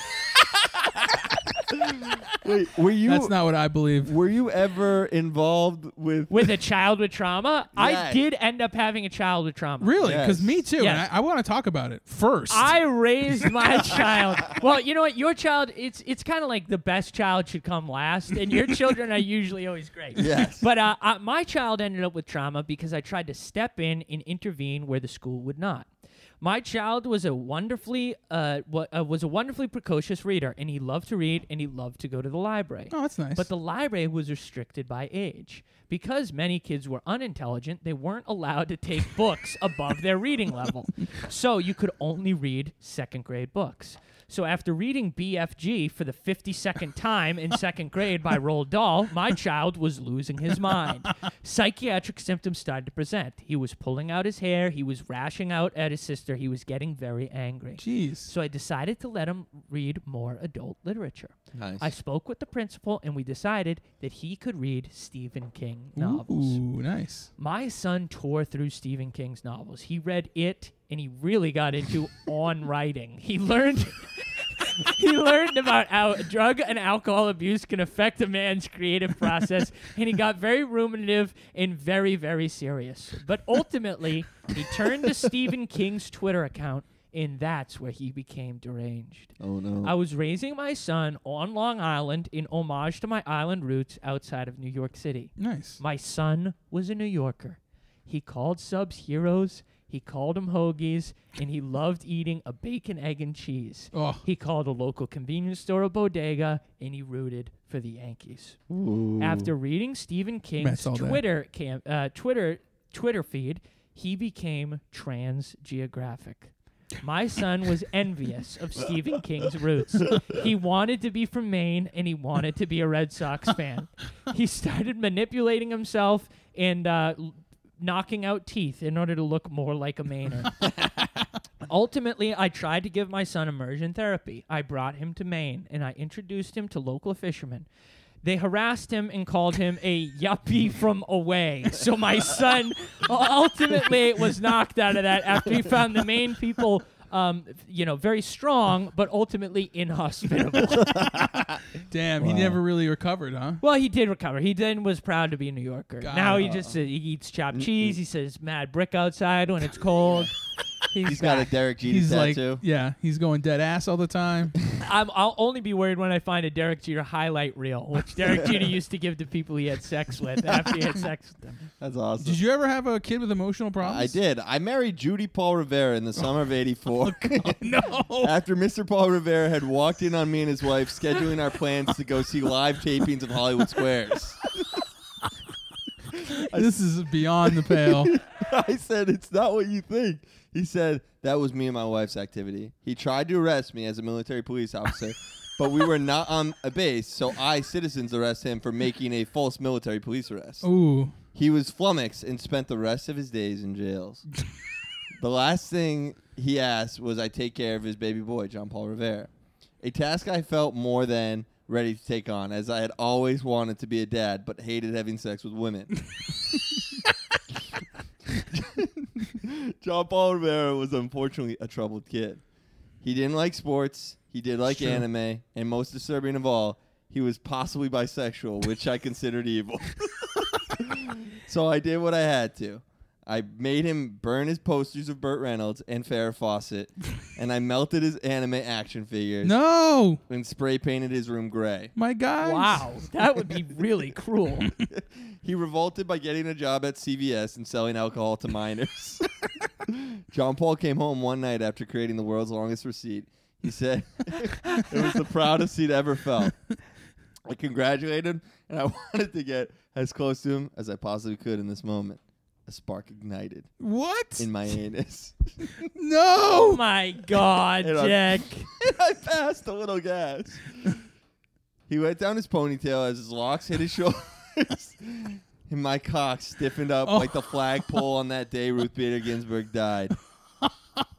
Speaker 4: Wait, were you?
Speaker 1: That's not what I believe.
Speaker 4: were you ever involved with?
Speaker 3: with a child with trauma, I
Speaker 4: Yeah.
Speaker 3: did end up having a child with trauma.
Speaker 1: Really?
Speaker 4: Yes.
Speaker 1: Because me too.
Speaker 3: Yes.
Speaker 1: And I, I want to talk about it first.
Speaker 3: I raised my child. Well, you know what? Your child, it's it's kind of like the best child should come last, and your children are usually always great.
Speaker 4: Yes.
Speaker 3: But uh, uh, my child ended up with trauma because I tried to step in and intervene where the school would not. My child was a wonderfully uh, wa- uh, was a wonderfully precocious reader, and he loved to read, and he loved to go to the library.
Speaker 1: Oh, that's nice.
Speaker 3: But the library was restricted by age. Because many kids were unintelligent, they weren't allowed to take books above their reading level. So you could only read second grade books. So after reading BFG for the 52nd time in second grade by Roald Dahl, my child was losing his mind. Psychiatric symptoms started to present. He was pulling out his hair, he was rashing out at his sister, he was getting very angry.
Speaker 1: Jeez.
Speaker 3: So I decided to let him read more adult literature.
Speaker 4: Nice.
Speaker 3: I spoke with the principal and we decided that he could read Stephen King novels.
Speaker 1: Ooh, nice.
Speaker 3: My son tore through Stephen King's novels. He read it and he really got into on writing. He learned he learned about how drug and alcohol abuse can affect a man's creative process and he got very ruminative and very very serious. But ultimately, he turned to Stephen King's Twitter account and that's where he became deranged.
Speaker 4: oh no.
Speaker 3: I was raising my son on Long Island in homage to my island roots outside of New York City.
Speaker 1: Nice.
Speaker 3: My son was a New Yorker. He called subs heroes, he called them hoagies, and he loved eating a bacon, egg, and cheese.
Speaker 1: Oh.
Speaker 3: He called a local convenience store a bodega, and he rooted for the Yankees. After reading Stephen King's
Speaker 1: all that.
Speaker 3: Twitter cam- uh, Twitter Twitter feed, he became trans geographic. My son was envious of Stephen King's roots. He wanted to be from Maine and he wanted to be a Red Sox fan. He started manipulating himself and uh, l- knocking out teeth in order to look more like a Mainer. Ultimately, I tried to give my son immersion therapy. I brought him to Maine and I introduced him to local fishermen. They harassed him and called him a yuppie from away. So my son ultimately was knocked out of that after he found the Maine people, um, you know, very strong, but ultimately inhospitable.
Speaker 1: Damn, he never really recovered, huh?
Speaker 3: Well, he did recover. He then was proud to be a New Yorker.
Speaker 1: Got
Speaker 3: now he
Speaker 1: it.
Speaker 3: just uh, he eats chopped cheese. He says mad brick outside when it's cold. He's,
Speaker 4: He's got a Derek Jeter
Speaker 1: He's like,
Speaker 4: tattoo.
Speaker 1: yeah, he's going dead ass all the time.
Speaker 3: I'm, I'll only be worried when I find a Derek Jeter highlight reel, which Derek Jeter used to give to people he had sex with after he had sex with them.
Speaker 4: That's awesome.
Speaker 1: Did you ever have a kid with emotional problems?
Speaker 4: I did. I married Judy Paul Rivera in the summer of '84.
Speaker 1: No.
Speaker 4: After Mr. Paul Rivera had walked in on me and his wife scheduling our plans to go see live tapings of Hollywood Squares.
Speaker 1: this is beyond the pale.
Speaker 4: I said, It's not what you think. He said, That was me and my wife's activity. He tried to arrest me as a military police officer, but we were not on a base, so I, citizens, arrest him for making a false military police arrest.
Speaker 1: Ooh.
Speaker 4: He was flummoxed and spent the rest of his days in jails. the last thing he asked was I take care of his baby boy, John Paul Rivera. A task I felt more than ready to take on, as I had always wanted to be a dad, but hated having sex with women. John Paul Rivera was unfortunately a troubled kid. He didn't like sports, he did like
Speaker 1: true.
Speaker 4: anime, and most disturbing of all, he was possibly bisexual, which I considered evil. So I did what I had to. I made him burn his posters of Burt Reynolds and Farrah Fawcett, and I melted his anime action figures
Speaker 1: No.
Speaker 4: and spray painted his room gray.
Speaker 1: My guys.
Speaker 3: Wow, that would be really cruel.
Speaker 4: He revolted by getting a job at CVS and selling alcohol to minors. John Paul came home one night after creating the world's longest receipt. He said it was the proudest he'd ever felt. I congratulated him, and I wanted to get as close to him as I possibly could in this moment. A spark ignited.
Speaker 1: What?
Speaker 4: in my anus.
Speaker 3: Oh
Speaker 1: no.
Speaker 3: my God,
Speaker 4: And I'm-
Speaker 3: Jack.
Speaker 4: and I passed a little gas. He let down his ponytail as his locks hit his shoulders. and my cock stiffened up
Speaker 1: Oh.
Speaker 4: like the flagpole on that day Ruth Bader Ginsburg died.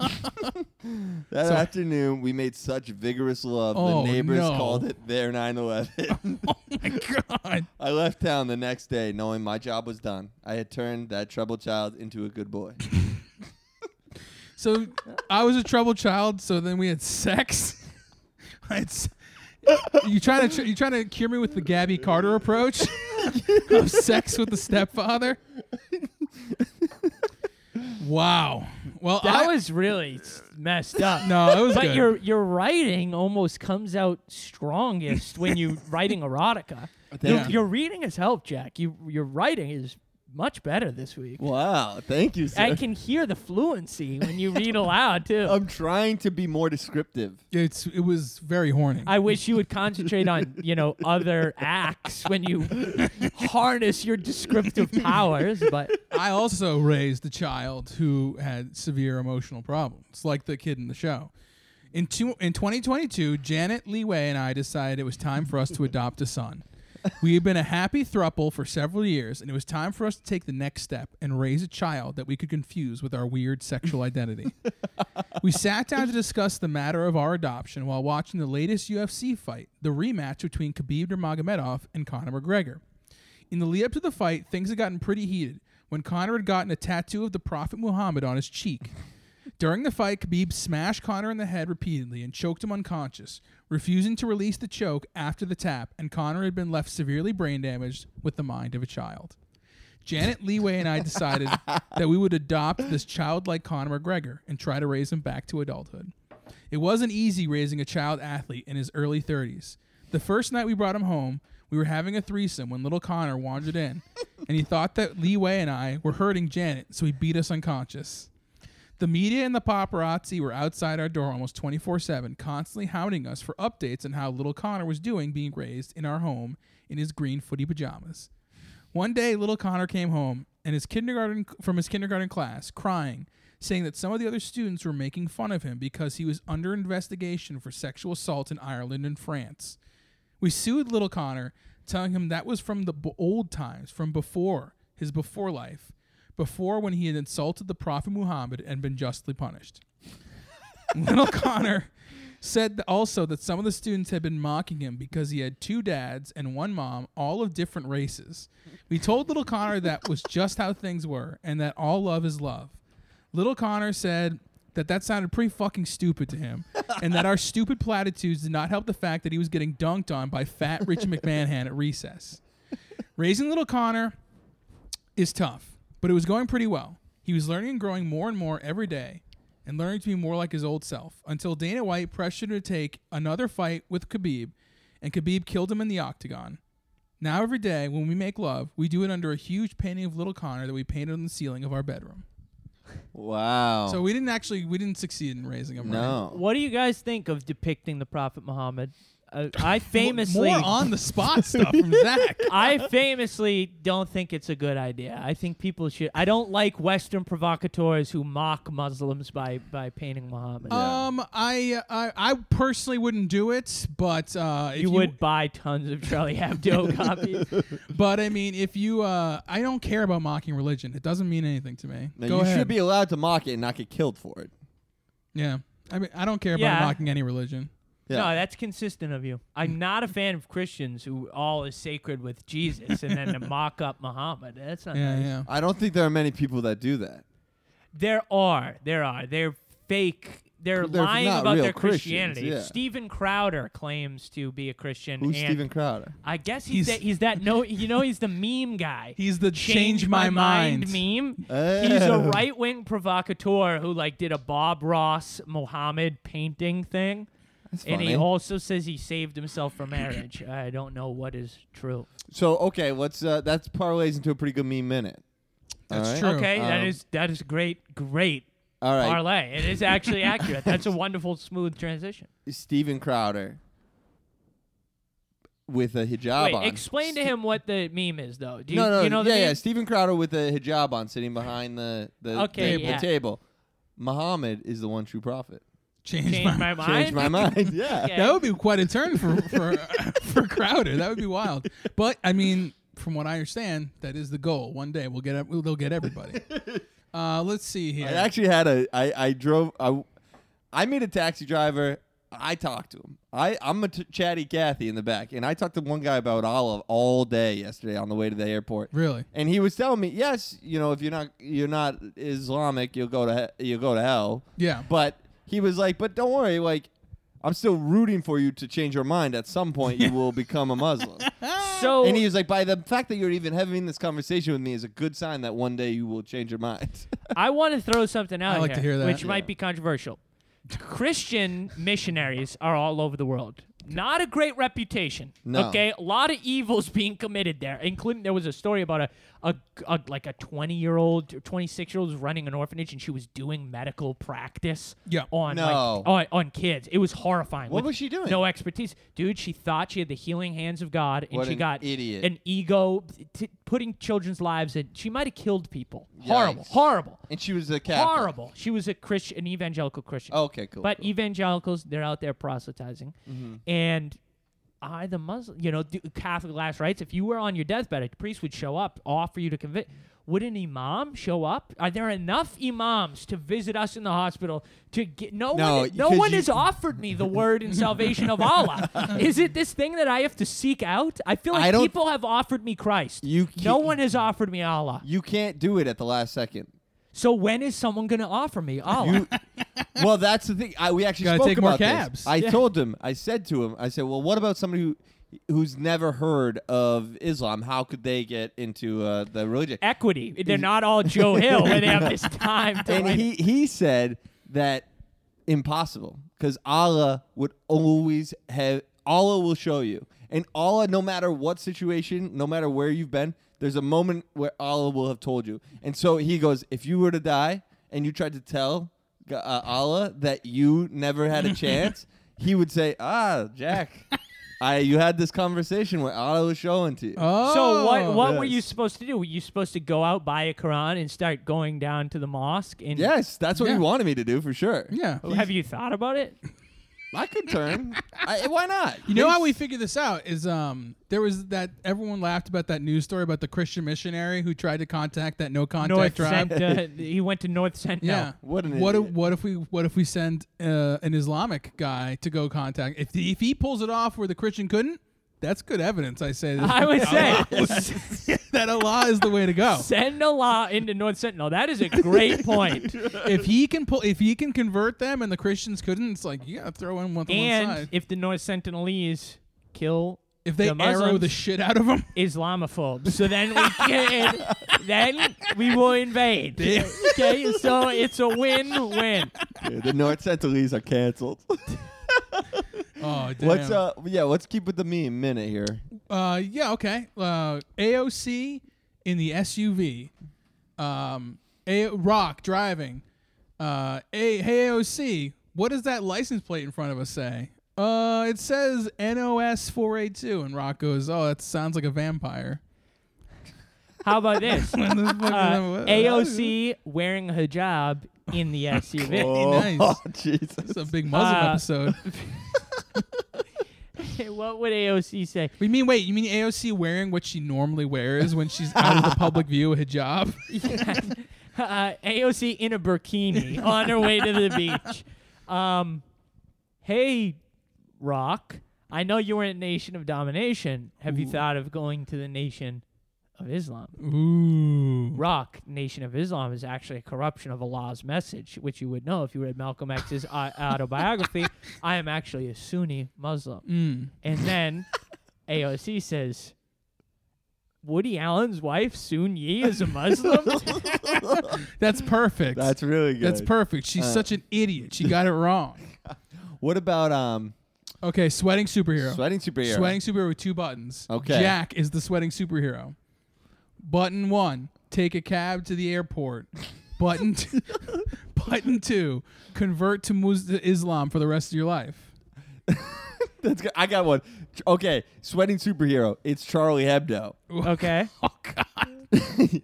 Speaker 4: that
Speaker 1: So-
Speaker 4: afternoon, we made such vigorous love,
Speaker 1: Oh,
Speaker 4: the neighbors
Speaker 1: no.
Speaker 4: called it their 9 11.
Speaker 1: Oh my god.
Speaker 4: I left town the next day knowing my job was done. I had turned that troubled child into a good boy.
Speaker 1: So I was a troubled child. So then we had sex. I had s- you trying to tr- you trying to cure me with the Gabby Carter approach of sex with the stepfather? Wow. Well,
Speaker 3: That
Speaker 1: I
Speaker 3: was really s- messed up.
Speaker 1: no, it was
Speaker 3: But
Speaker 1: good.
Speaker 3: your your writing almost comes out strongest when you writing erotica.
Speaker 1: Yeah.
Speaker 3: Your reading has helped, Jack. You your writing is much better this week.
Speaker 4: Wow. Thank you, sir.
Speaker 3: I can hear the fluency when you read aloud too.
Speaker 4: I'm trying to be more descriptive.
Speaker 1: it's it was very horny.
Speaker 3: I wish you would concentrate on you know other acts when you harness your descriptive powers. But
Speaker 1: I also raised a child who had severe emotional problems, like the kid in the show. In, two, in 2022, Janet Leeway and I decided it was time for us to adopt a son. We had been a happy thruple for several years, and it was time for us to take the next step and raise a child that we could confuse with our weird sexual identity. we sat down to discuss the matter of our adoption while watching the latest UFC fight, the rematch between Khabib Nurmagomedov and Conor McGregor. In the lead up to the fight, things had gotten pretty heated when Connor had gotten a tattoo of the Prophet Muhammad on his cheek. During the fight, Khabib smashed Connor in the head repeatedly and choked him unconscious, refusing to release the choke after the tap, and Connor had been left severely brain damaged with the mind of a child. Janet Leeway and I decided that we would adopt this childlike Conor McGregor and try to raise him back to adulthood. It wasn't easy raising a child athlete in his early 30s. The first night we brought him home, we were having a threesome when little Connor wandered in, and he thought that Leeway and I were hurting Janet, so he beat us unconscious. The media and the paparazzi were outside our door almost 24 7, constantly hounding us for updates on how little Connor was doing being raised in our home in his green footy pajamas. One day, little Connor came home and his kindergarten from his kindergarten class, crying, saying that some of the other students were making fun of him because he was under investigation for sexual assault in Ireland and France. We sued Little Connor, telling him that was from the b- old times, from before his before life, before when he had insulted the Prophet Muhammad and been justly punished. Little Connor said th- also that some of the students had been mocking him because he had two dads and one mom, all of different races. We told Little Connor that was just how things were and that all love is love. Little Connor said that that sounded pretty fucking stupid to him and that our stupid platitudes did not help the fact that he was getting dunked on by fat Richie McMahon at recess. Raising Little Connor is tough, but it was going pretty well. He was learning and growing more and more every day and learning to be more like his old self until Dana White pressured him to take another fight with Khabib, and Khabib killed him in the octagon. Now, every day when we make love, we do it under a huge painting of Little Connor that we painted on the ceiling of our bedroom.
Speaker 4: Wow.
Speaker 1: So we didn't actually, we didn't succeed in raising him. right?
Speaker 4: Oh. no.
Speaker 3: What do you guys think of depicting the Prophet Muhammad? Uh, I famously.
Speaker 1: More on the spot stuff from Zach.
Speaker 3: I famously don't think it's a good idea. I think people should. I don't like Western provocateurs who mock Muslims by, by painting Muhammad.
Speaker 4: Yeah.
Speaker 1: Um, I, I, I personally wouldn't do it, but uh, if
Speaker 3: you, would buy tons of Charlie Hebdo copies.
Speaker 1: But I mean, if you, uh, I don't care about mocking religion. It doesn't mean anything to me.
Speaker 4: Now,
Speaker 1: Go
Speaker 4: you
Speaker 1: ahead.
Speaker 4: should be allowed to mock it and not get killed for it.
Speaker 1: yeah. I mean, I don't care about
Speaker 3: Yeah.
Speaker 1: mocking any religion.
Speaker 3: No, that's consistent of you. I'm not a fan of Christians who all is sacred with Jesus and then to mock up Muhammad. That's not
Speaker 1: Yeah,
Speaker 3: nice.
Speaker 1: yeah.
Speaker 4: I don't think there are many people that do that.
Speaker 3: There are. There are. They're fake. They're,
Speaker 4: They're
Speaker 3: lying
Speaker 4: not
Speaker 3: about
Speaker 4: real
Speaker 3: their
Speaker 4: Christians,
Speaker 3: Christianity.
Speaker 4: yeah.
Speaker 3: Steven Crowder claims to be a Christian.
Speaker 4: Who's
Speaker 3: and
Speaker 4: Steven Crowder?
Speaker 3: I guess he's
Speaker 1: He's-
Speaker 3: that, he's that no you know he's the meme guy.
Speaker 1: He's the change, my, mind.
Speaker 3: meme. He's a
Speaker 4: Oh.
Speaker 3: right wing provocateur who like did a Bob Ross Mohammed painting thing. and he
Speaker 4: funny.
Speaker 3: also says he saved himself from marriage. I don't know what is true.
Speaker 4: So okay, let's uh, that's parlays into a pretty good meme minute.
Speaker 1: That's
Speaker 4: All right?
Speaker 1: true.
Speaker 3: Okay, that
Speaker 4: Um,
Speaker 3: is that is great, great
Speaker 4: All right,
Speaker 3: parlay. It is actually accurate. That's a wonderful, smooth transition.
Speaker 4: Steven Crowder with a hijab
Speaker 3: Wait,
Speaker 4: on.
Speaker 3: explain to him what the meme is, though. Do you,
Speaker 4: Ah, no, no,
Speaker 3: you know the
Speaker 4: yeah,
Speaker 3: meme?
Speaker 4: yeah. Steven Crowder with a hijab on, sitting behind the the,
Speaker 3: Okay,
Speaker 4: the,
Speaker 3: yeah.
Speaker 4: table. Muhammad is the one true prophet.
Speaker 1: Change, my,
Speaker 3: Change my mind.
Speaker 4: Change my mind. Yeah.
Speaker 3: Okay.
Speaker 1: That would be quite a turn for for for Crowder. That would be wild. But I mean, from what I understand, that is the goal. One day we'll get ev- they'll get everybody. Uh, let's see here.
Speaker 4: I actually had a. I I drove. I I made a taxi driver. I talked to him. I I'm a t- chatty Cathy in the back, and I talked to one guy about olive all day yesterday on the way to the airport.
Speaker 1: really?
Speaker 4: And he was telling me, yes, you know, if you're not you're not Islamic, you'll go to he- you'll go to hell.
Speaker 1: Yeah.
Speaker 4: But he was like, but don't worry, like I'm still rooting for you to change your mind. At some point, you will become a Muslim.
Speaker 3: So
Speaker 4: and he was like, by the fact that you're even having this conversation with me is a good sign that one day you will change your mind.
Speaker 3: I want to throw something out
Speaker 1: I like
Speaker 3: here,
Speaker 1: to hear that.
Speaker 3: which
Speaker 1: Yeah.
Speaker 3: might be controversial. Christian missionaries are all over the world. Not a great reputation.
Speaker 4: No.
Speaker 3: Okay, a lot of evils being committed there, including there was a story about a, a, a like a twenty year old, twenty six year old was running an orphanage and she was doing medical practice.
Speaker 1: Yeah.
Speaker 3: on like,
Speaker 4: No.
Speaker 3: on, on kids. It was horrifying.
Speaker 4: What
Speaker 3: with
Speaker 4: was she doing?
Speaker 3: No expertise, dude. She thought she had the healing hands of God, and
Speaker 4: What
Speaker 3: she
Speaker 4: an
Speaker 3: got
Speaker 4: idiot.
Speaker 3: an ego, t- putting children's lives in. She might have killed people. Horrible,
Speaker 4: Yikes.
Speaker 3: horrible.
Speaker 4: and she was a Catholic.
Speaker 3: Horrible. She was a Christian, an evangelical Christian.
Speaker 4: Okay, Oh, cool.
Speaker 3: but
Speaker 4: cool. Mm-hmm.
Speaker 3: evangelicals, they're out there proselytizing, and I, the Muslim, you know, do- Catholic last rites. If you were on your deathbed, a priest would show up, offer you to convict. Would an imam show up? Are there enough imams to visit us in the hospital to get? No,
Speaker 4: No,
Speaker 3: one, no
Speaker 4: 'cause
Speaker 3: one
Speaker 4: you-
Speaker 3: has offered me the word and salvation of Allah. Is it this thing that I have to seek out? I feel like
Speaker 4: I don't-
Speaker 3: people have offered me Christ.
Speaker 4: You
Speaker 3: no
Speaker 4: can't-
Speaker 3: one has offered me Allah.
Speaker 4: you can't do it at the last second.
Speaker 3: So when is someone going to offer me Allah?
Speaker 4: well, that's the thing. I, we actually
Speaker 1: Gotta
Speaker 4: spoke
Speaker 1: take more
Speaker 4: about this.
Speaker 1: cabs.
Speaker 4: I told him. I said to him. I said, "Well, what about somebody who, who's never heard of Islam? How could they get into uh, the religion?"
Speaker 3: equity. They're not all Joe Hill where they have this time to
Speaker 4: And
Speaker 3: like-
Speaker 4: he he said that impossible because Allah would always have Allah will show you, and Allah, no matter what situation, no matter where you've been, there's a moment where Allah will have told you. And so he goes, if you were to die and you tried to tell G- uh, Allah that you never had a chance, he would say, Ah, Jack. I you had this conversation where Otto was showing to you.
Speaker 1: Oh,
Speaker 3: So what what were
Speaker 4: Yes.
Speaker 3: you supposed to do? Were you supposed to go out buy a Quran and start going down to the mosque? And
Speaker 4: yes, that's what
Speaker 1: Yeah.
Speaker 4: you wanted me to do for sure.
Speaker 1: Yeah.
Speaker 3: have you thought about it?
Speaker 4: I could turn. I, why not?
Speaker 1: You know how we figured this out is um there was that everyone laughed about that news story about the Christian missionary who tried to contact that no contact
Speaker 3: North
Speaker 1: tribe.
Speaker 3: Cent, uh, he went to North Sentinel.
Speaker 1: Yeah.
Speaker 4: What an
Speaker 1: what, if,
Speaker 4: idiot.
Speaker 1: what if we what if we send uh, an Islamic guy to go contact if the, if he pulls it off where the Christian couldn't that's good evidence I say that,
Speaker 3: I would say
Speaker 1: that Allah is the way to go
Speaker 3: send a law uh, into North Sentinel. That is a great point.
Speaker 1: if he can pull if he can convert them and the Christians couldn't it's like you gotta throw in one to one
Speaker 3: and
Speaker 1: side
Speaker 3: if the North Sentinelese kill
Speaker 1: if they
Speaker 3: the Muslims,
Speaker 1: arrow the shit out of them
Speaker 3: Islamophobes, so then we can then we will invade. okay, so it's a win-win.
Speaker 4: Yeah, the North Sentinelese are canceled.
Speaker 1: oh damn.
Speaker 4: What's uh? Yeah, let's keep with the meme minute here.
Speaker 1: Uh, yeah, okay. Uh, AOC in the SUV. Um, A- Rock driving. Uh, A- hey AOC, what does that license plate in front of us say? Uh, it says NOS 482, and Rock goes, "Oh, that sounds like a vampire."
Speaker 3: How about this?
Speaker 1: And this fucking-
Speaker 3: Uh, AOC wearing a hijab in the SUV.
Speaker 1: nice.
Speaker 4: Oh,
Speaker 1: It's
Speaker 4: Jesus.
Speaker 1: a big Muslim
Speaker 3: Uh,
Speaker 1: episode.
Speaker 3: what would AOC say?
Speaker 1: We mean, wait, you mean AOC wearing what she normally wears when she's out of the public view, a hijab?
Speaker 3: Uh, AOC in a burkini on her way to the beach. Um, hey, Rock, I know you were in Nation of Domination. Have you thought of going to the Nation of Islam?
Speaker 1: Ooh.
Speaker 3: Rock, Nation of Islam is actually a corruption of Allah's message, which you would know if you read Malcolm X's au- autobiography. I am actually a Sunni Muslim.
Speaker 1: Mm.
Speaker 3: And then AOC says, Woody Allen's wife, Soon Yi, is a Muslim?
Speaker 1: That's perfect.
Speaker 4: That's really good.
Speaker 1: That's perfect. She's
Speaker 4: uh,
Speaker 1: such an idiot. She got it wrong.
Speaker 4: What about um?
Speaker 1: Okay, sweating superhero.
Speaker 4: Sweating superhero.
Speaker 1: Sweating superhero with two buttons.
Speaker 4: Okay.
Speaker 1: Jack is the sweating superhero. Button one, take a cab to the airport. Button two, button two, convert to Mus- to Islam for the rest of your life.
Speaker 4: That's good. I got one. Ch- Okay, sweating superhero. It's Charlie Hebdo.
Speaker 3: okay.
Speaker 1: Oh God.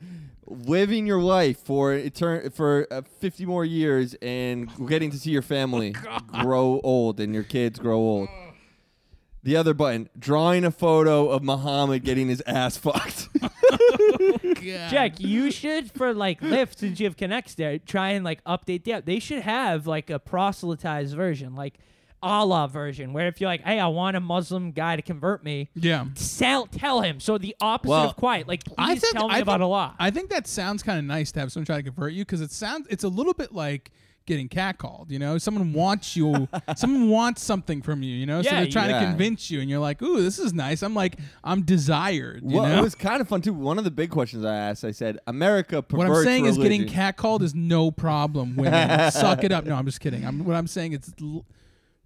Speaker 4: Living your life for etern- for uh, 50 more years and getting to see your family grow old and your kids grow old. The other button, drawing a photo of Muhammad getting his ass fucked.
Speaker 3: Jack, you should, for like Lyft, since you have Connects there, try and like update the app. They should have like a proselytized version, like Allah version, where if you're like, hey, I want a Muslim guy to convert me,
Speaker 1: Yeah.
Speaker 3: sell, tell him. So the opposite
Speaker 4: Well,
Speaker 3: of quiet. Like, please
Speaker 1: I think-
Speaker 3: tell me
Speaker 1: I think-
Speaker 3: about Allah.
Speaker 1: I think that sounds kind of nice to have someone try to convert you because it sounds it's a little bit like getting catcalled. You know, someone wants you, someone wants something from you. You know, so
Speaker 3: Yeah,
Speaker 1: they're trying to
Speaker 4: yeah.
Speaker 1: convince you, and you're like, "Ooh, this is nice." I'm like, I'm desired. You
Speaker 4: well,
Speaker 1: know,
Speaker 4: it was kind of fun too. One of the big questions I asked, I said, "America
Speaker 1: what
Speaker 4: perverts
Speaker 1: I'm saying is getting
Speaker 4: religion."
Speaker 1: catcalled is no problem. Women, suck it up. No, I'm just kidding. I'm, what I'm saying is, l-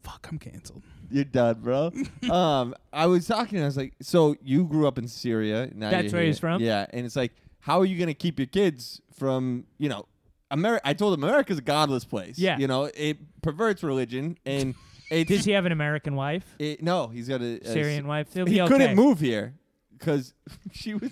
Speaker 1: fuck, I'm canceled.
Speaker 4: You're done, bro. um, I was talking. and I was like, "So you grew up in Syria? Now
Speaker 3: That's
Speaker 4: you're
Speaker 3: where
Speaker 4: here.
Speaker 3: he's from?
Speaker 4: Yeah." And it's like, how are you gonna keep your kids from, you know, America? I told him America's a godless place.
Speaker 3: Yeah.
Speaker 4: You know, it perverts religion, and it's
Speaker 3: Does he have an American wife?
Speaker 4: it, no, he's got a, a
Speaker 3: Syrian wife? He'll
Speaker 4: He
Speaker 3: be okay.
Speaker 4: couldn't move here because she was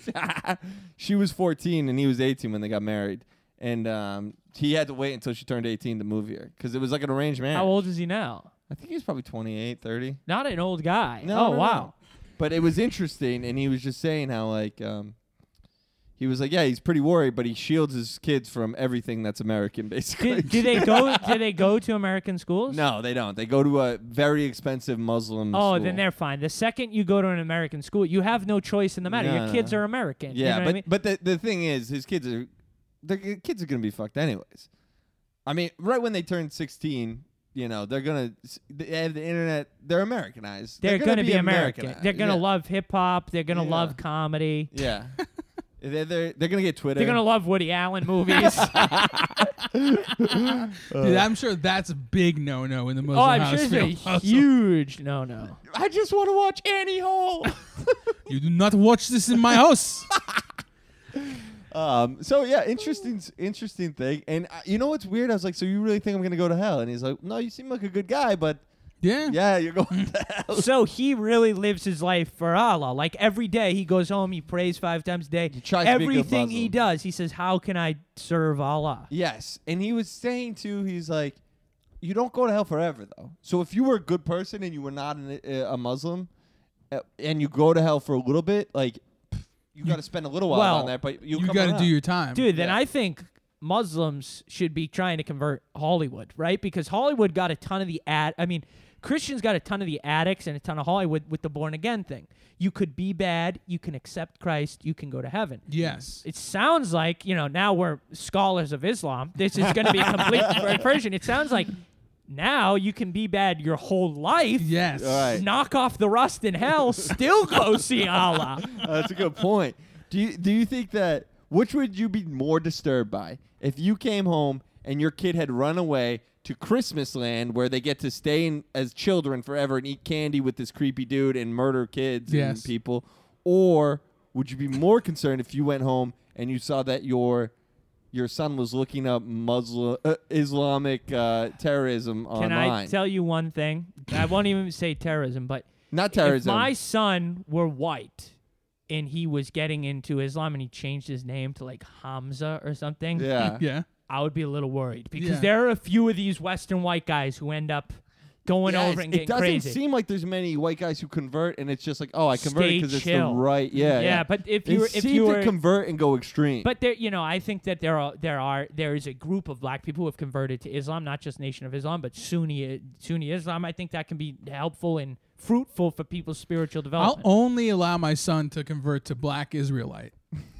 Speaker 4: she was 14 and he was 18 when they got married, and um, he had to wait until she turned 18 to move here because it was like an arranged marriage.
Speaker 3: How old is he now?
Speaker 4: I think he was probably 28, 30.
Speaker 3: Not an old guy.
Speaker 4: No,
Speaker 3: oh
Speaker 4: no, no.
Speaker 3: wow.
Speaker 4: But it was interesting, and he was just saying how like um, he was like, yeah, he's pretty worried, but he shields his kids from everything that's American, basically.
Speaker 3: Do, do they go? Do they go to American schools?
Speaker 4: no, they don't. They go to a very expensive Muslim.
Speaker 3: Oh,
Speaker 4: school.
Speaker 3: then they're fine. The second you go to an American school, you have no choice in the matter. Your
Speaker 4: No.
Speaker 3: kids are American. You
Speaker 4: yeah.
Speaker 3: know
Speaker 4: but
Speaker 3: what I mean?
Speaker 4: but the the thing is, his kids are the kids are gonna be fucked anyways. I mean, right when they turn 16. You know they're gonna they have the internet. They're Americanized.
Speaker 3: they're,
Speaker 4: gonna, be
Speaker 3: American. They're gonna
Speaker 4: Yeah.
Speaker 3: love hip hop. They're gonna
Speaker 4: Yeah.
Speaker 3: love comedy.
Speaker 4: Yeah, they're, they're they're gonna get Twitter.
Speaker 3: They're gonna love Woody Allen movies. oh,
Speaker 1: Dude, I'm sure that's a big no-no in the Muslim
Speaker 3: Oh, I'm sure
Speaker 1: house.
Speaker 3: it's
Speaker 1: film.
Speaker 3: a huge no no.
Speaker 4: I just want to watch Annie Hall.
Speaker 1: you do not watch this in my house.
Speaker 4: um. So yeah, interesting, interesting thing. And uh, you know what's weird? I was like, so you really think I'm gonna go to hell? And he's like, no, you seem like a good guy, but
Speaker 1: Yeah.
Speaker 4: Yeah, you're going to hell.
Speaker 3: So he really lives his life for Allah. Like every day he goes home, he prays five times a day.
Speaker 4: tries to be a good
Speaker 3: Everything he
Speaker 4: Muslim.
Speaker 3: does, he says, How can I serve Allah?
Speaker 4: Yes, and he was saying too. He's like, you don't go to hell forever though. So if you were a good person and you were not an, a Muslim, uh, and you go to hell for a little bit, like pff, you got to spend a little while
Speaker 3: Well,
Speaker 4: on that. But you,
Speaker 1: You
Speaker 4: come
Speaker 1: got to
Speaker 4: around.
Speaker 1: do your time.
Speaker 3: Dude, then
Speaker 4: Yeah.
Speaker 3: I think Muslims should be trying to convert Hollywood, right? Because Hollywood got a ton of the ad. I mean, Christians got a ton of the addicts and a ton of Hollywood with the born again thing. You could be bad, you can accept Christ, you can go to heaven.
Speaker 1: Yes.
Speaker 3: It sounds like, you know, now we're scholars of Islam. This is going to be a complete version. It sounds like now you can be bad your whole life.
Speaker 1: Yes.
Speaker 4: All right.
Speaker 3: Knock off the rust in hell, still go see Allah.
Speaker 4: Uh, that's a good point. Do you do you think that which would you be more disturbed by if you came home and your kid had run away to Christmas land where they get to stay in, as children forever and eat candy with this creepy dude and murder kids
Speaker 1: Yes.
Speaker 4: and people, or would you be more concerned if you went home and you saw that your your son was looking up Muslim uh, Islamic uh, terrorism
Speaker 3: Can
Speaker 4: online?
Speaker 3: I tell you one thing? I won't even say terrorism, but
Speaker 4: Not
Speaker 3: if
Speaker 4: terrorism.
Speaker 3: my son were white and he was getting into Islam and he changed his name to like Hamza or something,
Speaker 4: yeah.
Speaker 1: Yeah.
Speaker 3: I would be a little worried because
Speaker 1: Yeah.
Speaker 3: there are a few of these Western white guys who end up going
Speaker 4: Yes,
Speaker 3: over and
Speaker 4: it
Speaker 3: getting
Speaker 4: doesn't
Speaker 3: crazy.
Speaker 4: seem like there's many white guys who convert, and it's just like, oh, I converted
Speaker 3: Stay
Speaker 4: because it's the
Speaker 3: chill.
Speaker 4: right. Yeah,
Speaker 3: yeah, but if
Speaker 4: They
Speaker 3: you were, if
Speaker 4: seem
Speaker 3: you
Speaker 4: to
Speaker 3: were,
Speaker 4: convert and go extreme.
Speaker 3: but there, you know, I think that there are there are there is a group of black people who have converted to Islam, not just Nation of Islam, but Sunni Sunni Islam. I think that can be helpful and fruitful for people's spiritual
Speaker 1: I'll
Speaker 3: development.
Speaker 1: only allow my son to convert to black Israelite.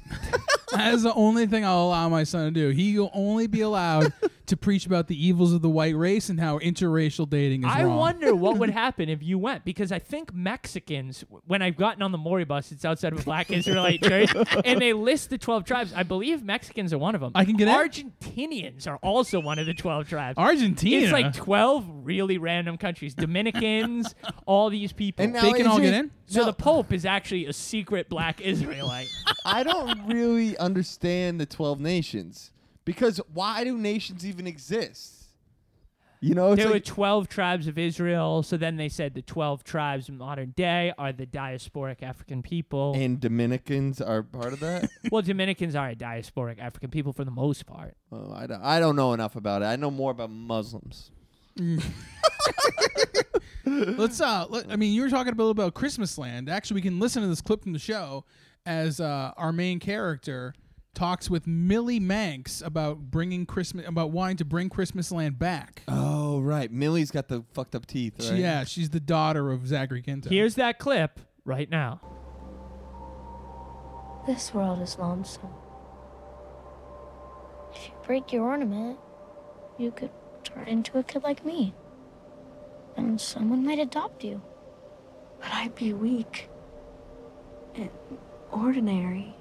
Speaker 1: that is the only thing I'll allow my son to do. He will only be allowed to preach about the evils of the white race and how interracial dating is
Speaker 3: I
Speaker 1: wrong.
Speaker 3: wonder what would happen if you went because I think Mexicans, when I've gotten on the Maury bus, it's outside of a black Israelite church, and they list the 12 tribes. I believe Mexicans are one of them.
Speaker 1: I can get in?
Speaker 3: Argentinians are also one of the 12 tribes.
Speaker 1: Argentina.
Speaker 3: It's like 12 really random countries. Dominicans, all these people.
Speaker 4: And now
Speaker 1: They can all
Speaker 4: is
Speaker 1: get
Speaker 4: it-
Speaker 1: in?
Speaker 3: so
Speaker 4: no,
Speaker 3: the Pope is actually a secret black Israelite.
Speaker 4: I don't really understand the twelve nations because why do nations even exist? You know, it's
Speaker 3: there were
Speaker 4: like,
Speaker 3: 12 tribes of Israel. So then they said the 12 tribes in modern day are the diasporic African people.
Speaker 4: and Dominicans are part of that.
Speaker 3: well, Dominicans are a diasporic African people for the most part.
Speaker 4: oh, I don't, I don't know enough about it. I know more about Muslims.
Speaker 1: Let's uh let, I mean you were talking a little about Christmas land. Actually we can listen to this clip from the show as uh our main character talks with Millie Manx about bringing Christmas about wanting to bring Christmas land back.
Speaker 4: Oh right, Millie's got the fucked up teeth. Right?
Speaker 1: Yeah, she's the daughter of Zachary Quinto.
Speaker 3: Here's that clip right now.
Speaker 5: This world is lonesome. If you break your ornament, you could turn into a kid like me. And someone might adopt you.
Speaker 6: But I'd be weak and ordinary.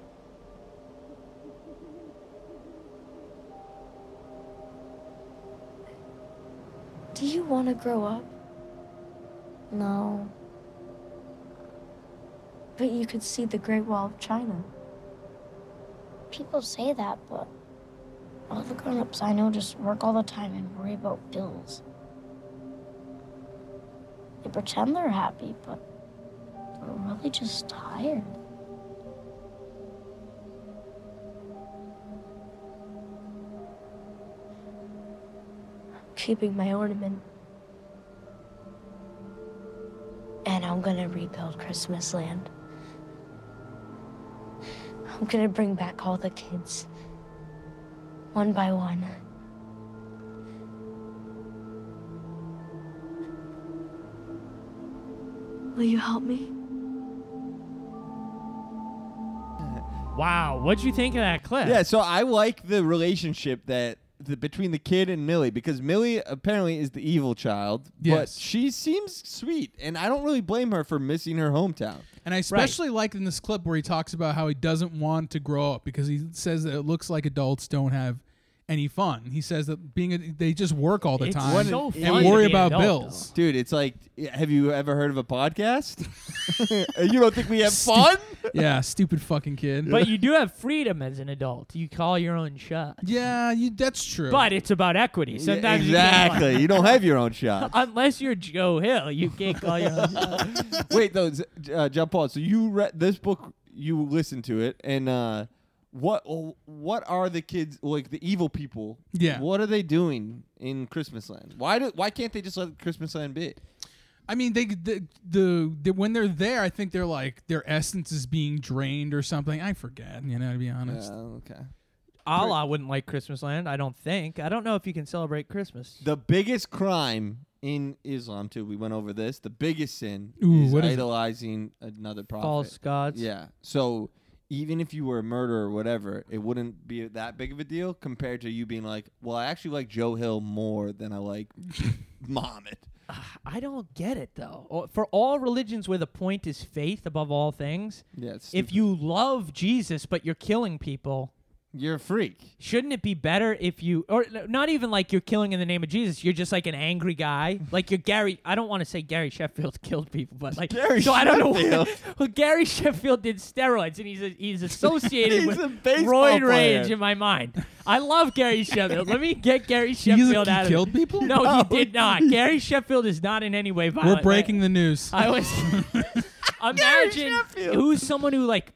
Speaker 5: Do you want to grow up? No.
Speaker 6: But you could see the Great Wall of China.
Speaker 5: People say that, but all the grown ups I know just work all the time and worry about bills. They pretend they're happy, but they're really just tired.
Speaker 6: Keeping my ornament.
Speaker 5: And I'm gonna rebuild Christmas land. I'm gonna bring back all the kids. One by one.
Speaker 6: Will you help me?
Speaker 3: Wow, what'd you think of that clip?
Speaker 4: Yeah, so I like the relationship that the, between the kid and Millie because Millie apparently is the evil child,
Speaker 1: Yes.
Speaker 4: but she seems sweet, and I don't really blame her for missing her hometown.
Speaker 1: And I especially liked in this clip where he talks about how he doesn't want to grow up because he says that it looks like adults don't have any fun. He says that being a, they just work all the
Speaker 3: It's
Speaker 1: time
Speaker 3: so fun
Speaker 1: and
Speaker 3: to
Speaker 1: worry
Speaker 3: be an
Speaker 1: about
Speaker 3: adult,
Speaker 1: bills.
Speaker 4: Dude, it's like, have you ever heard of a podcast? you don't think we have fun?
Speaker 1: yeah, stupid fucking kid.
Speaker 3: But you do have freedom as an adult. You call your own shot.
Speaker 1: yeah, you, that's true.
Speaker 3: But it's about equity.
Speaker 4: Yeah,
Speaker 3: Sometimes you can't call-
Speaker 4: exactly. You, don't have your own shot.
Speaker 3: Unless you're Joe Hill, you can't call your own shot.
Speaker 4: Wait, though, Z- uh, John Paul. So you read this book, you listened to it, and uh, what oh, what are the kids like the evil people?
Speaker 1: Yeah.
Speaker 4: What are they doing in Christmasland? Why do why can't they just let Christmasland be?
Speaker 1: I mean, they the, the the when they're there, I think they're like their essence is being drained or something. I forget. You know, to be honest.
Speaker 4: Oh, okay.
Speaker 3: Allah wouldn't like Christmas land, I don't think. I don't know if you can celebrate Christmas.
Speaker 4: The biggest crime in Islam, too. We went over this. The biggest sin
Speaker 1: Ooh,
Speaker 4: is
Speaker 1: what is it?
Speaker 4: idolizing another prophet.
Speaker 3: False gods.
Speaker 4: Yeah. So even if you were a murderer or whatever, it wouldn't be that big of a deal compared to you being like, well, I actually like Joe Hill more than I like Muhammad.
Speaker 3: I don't get it though. Or- For all religions where the point is faith above all things,
Speaker 4: Yeah. It's
Speaker 3: if you love Jesus but you're killing people,
Speaker 4: you're a freak.
Speaker 3: shouldn't it be better if you or n- not even like you're killing in the name of Jesus, you're just like an angry guy. Like you're Gary I don't want to say Gary Sheffield killed people, but like
Speaker 4: Gary
Speaker 3: so I don't know
Speaker 4: Sheffield.
Speaker 3: what, well, Gary Sheffield did steroids and he's a, he's associated
Speaker 4: He's
Speaker 3: with
Speaker 4: a baseball
Speaker 3: roid
Speaker 4: player.
Speaker 3: rage in my mind. I love Gary Sheffield. Let me get Gary
Speaker 1: You think
Speaker 3: Sheffield
Speaker 1: he
Speaker 3: out of
Speaker 1: killed
Speaker 3: it.
Speaker 1: people?
Speaker 3: No, he did not. Gary Sheffield is not in any way violent.
Speaker 1: We're breaking the news.
Speaker 3: I was imagine
Speaker 4: Sheffield.
Speaker 3: who's someone who like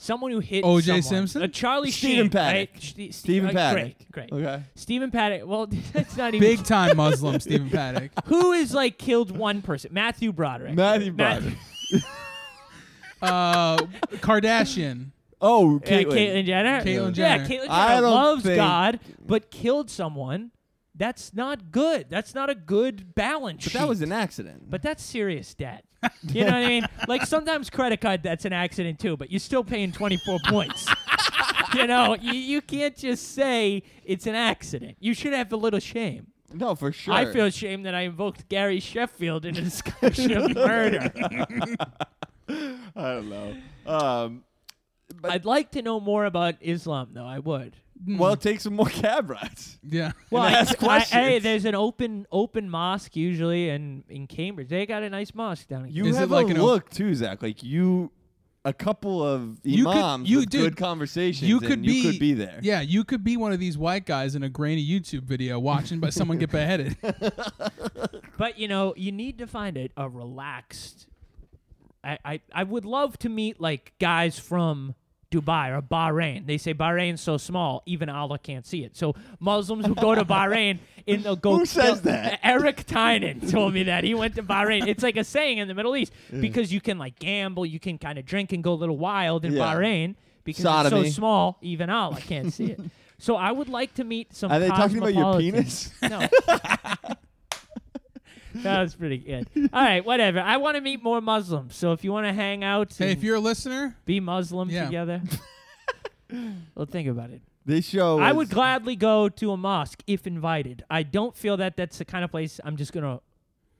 Speaker 3: someone who hit
Speaker 1: O.J.
Speaker 3: someone.
Speaker 1: Simpson?
Speaker 3: Uh, Charlie
Speaker 4: Stephen
Speaker 3: Sheen, right?
Speaker 4: Paddock.
Speaker 3: Ste- Ste-
Speaker 4: Stephen
Speaker 3: uh,
Speaker 4: Paddock.
Speaker 3: Great, great.
Speaker 4: Okay.
Speaker 3: Stephen Paddock. Well, that's not even
Speaker 1: Big time Muslim Stephen Paddock.
Speaker 3: who is like killed one person. Matthew Broderick.
Speaker 4: Matthew
Speaker 3: Matt-
Speaker 4: Broderick.
Speaker 1: Uh, Kardashian.
Speaker 4: Oh,
Speaker 3: Yeah,
Speaker 4: Caitlyn.
Speaker 3: Caitlyn Jenner.
Speaker 1: Caitlyn
Speaker 3: Yeah,
Speaker 1: Jenner.
Speaker 3: Caitlyn Jenner
Speaker 4: I don't
Speaker 3: loves
Speaker 4: think-
Speaker 3: God, but killed someone. That's not good. That's not a good balance.
Speaker 4: But that
Speaker 3: sheet.
Speaker 4: was an accident.
Speaker 3: But that's serious debt. You know what I mean? Like sometimes credit card debt's an accident too, but you're still paying 24 points. You know, you, you can't just say it's an accident. You should have a little shame.
Speaker 4: no, for sure.
Speaker 3: I feel shame that I invoked Gary Sheffield in a discussion of murder.
Speaker 4: I don't know. Um,
Speaker 3: I'd like to know more about Islam, though. I would.
Speaker 4: well, take some more cab rides.
Speaker 1: Yeah.
Speaker 3: Well,
Speaker 4: And
Speaker 3: I-
Speaker 4: ask
Speaker 3: I- hey,
Speaker 4: questions.
Speaker 3: there's an open open mosque usually in in Cambridge. They got a nice mosque down in.
Speaker 4: You
Speaker 1: Is it
Speaker 4: have
Speaker 1: like
Speaker 4: a
Speaker 1: an op-
Speaker 4: look too, Zach. Like you, a couple of
Speaker 1: You could-
Speaker 4: imams
Speaker 1: you-
Speaker 4: with
Speaker 1: dude,
Speaker 4: good conversations.
Speaker 1: you
Speaker 4: and
Speaker 1: could
Speaker 4: you could be there.
Speaker 1: Yeah, you could be one of these white guys in a grainy YouTube video watching by someone get beheaded.
Speaker 3: But you know, you need to find a, a relaxed. I, I I would love to meet like guys from Dubai or Bahrain. They say Bahrain's so small, even Allah can't see it. So Muslims will go to Bahrain and they'll go.
Speaker 4: Who says
Speaker 3: they'll-
Speaker 4: that?
Speaker 3: Eric Tynan told me that he went to Bahrain. It's like a saying in the Middle East because you can like gamble, you can kind of drink and go a little wild in
Speaker 4: Yeah.
Speaker 3: Bahrain because
Speaker 4: Sodomy.
Speaker 3: it's so small, even Allah can't see it. So I would like to meet some.
Speaker 4: Are they talking about your
Speaker 3: cosmopolitans.
Speaker 4: penis?
Speaker 3: No. that was pretty good. All right, whatever. I want to meet more Muslims. So if you want to hang out
Speaker 1: hey,
Speaker 3: and
Speaker 1: if you're a listener,
Speaker 3: be Muslim
Speaker 1: Yeah.
Speaker 3: together, well, think about it.
Speaker 4: This show.
Speaker 3: I
Speaker 4: is-
Speaker 3: would gladly go to a mosque if invited. I don't feel that that's the kind of place I'm just going to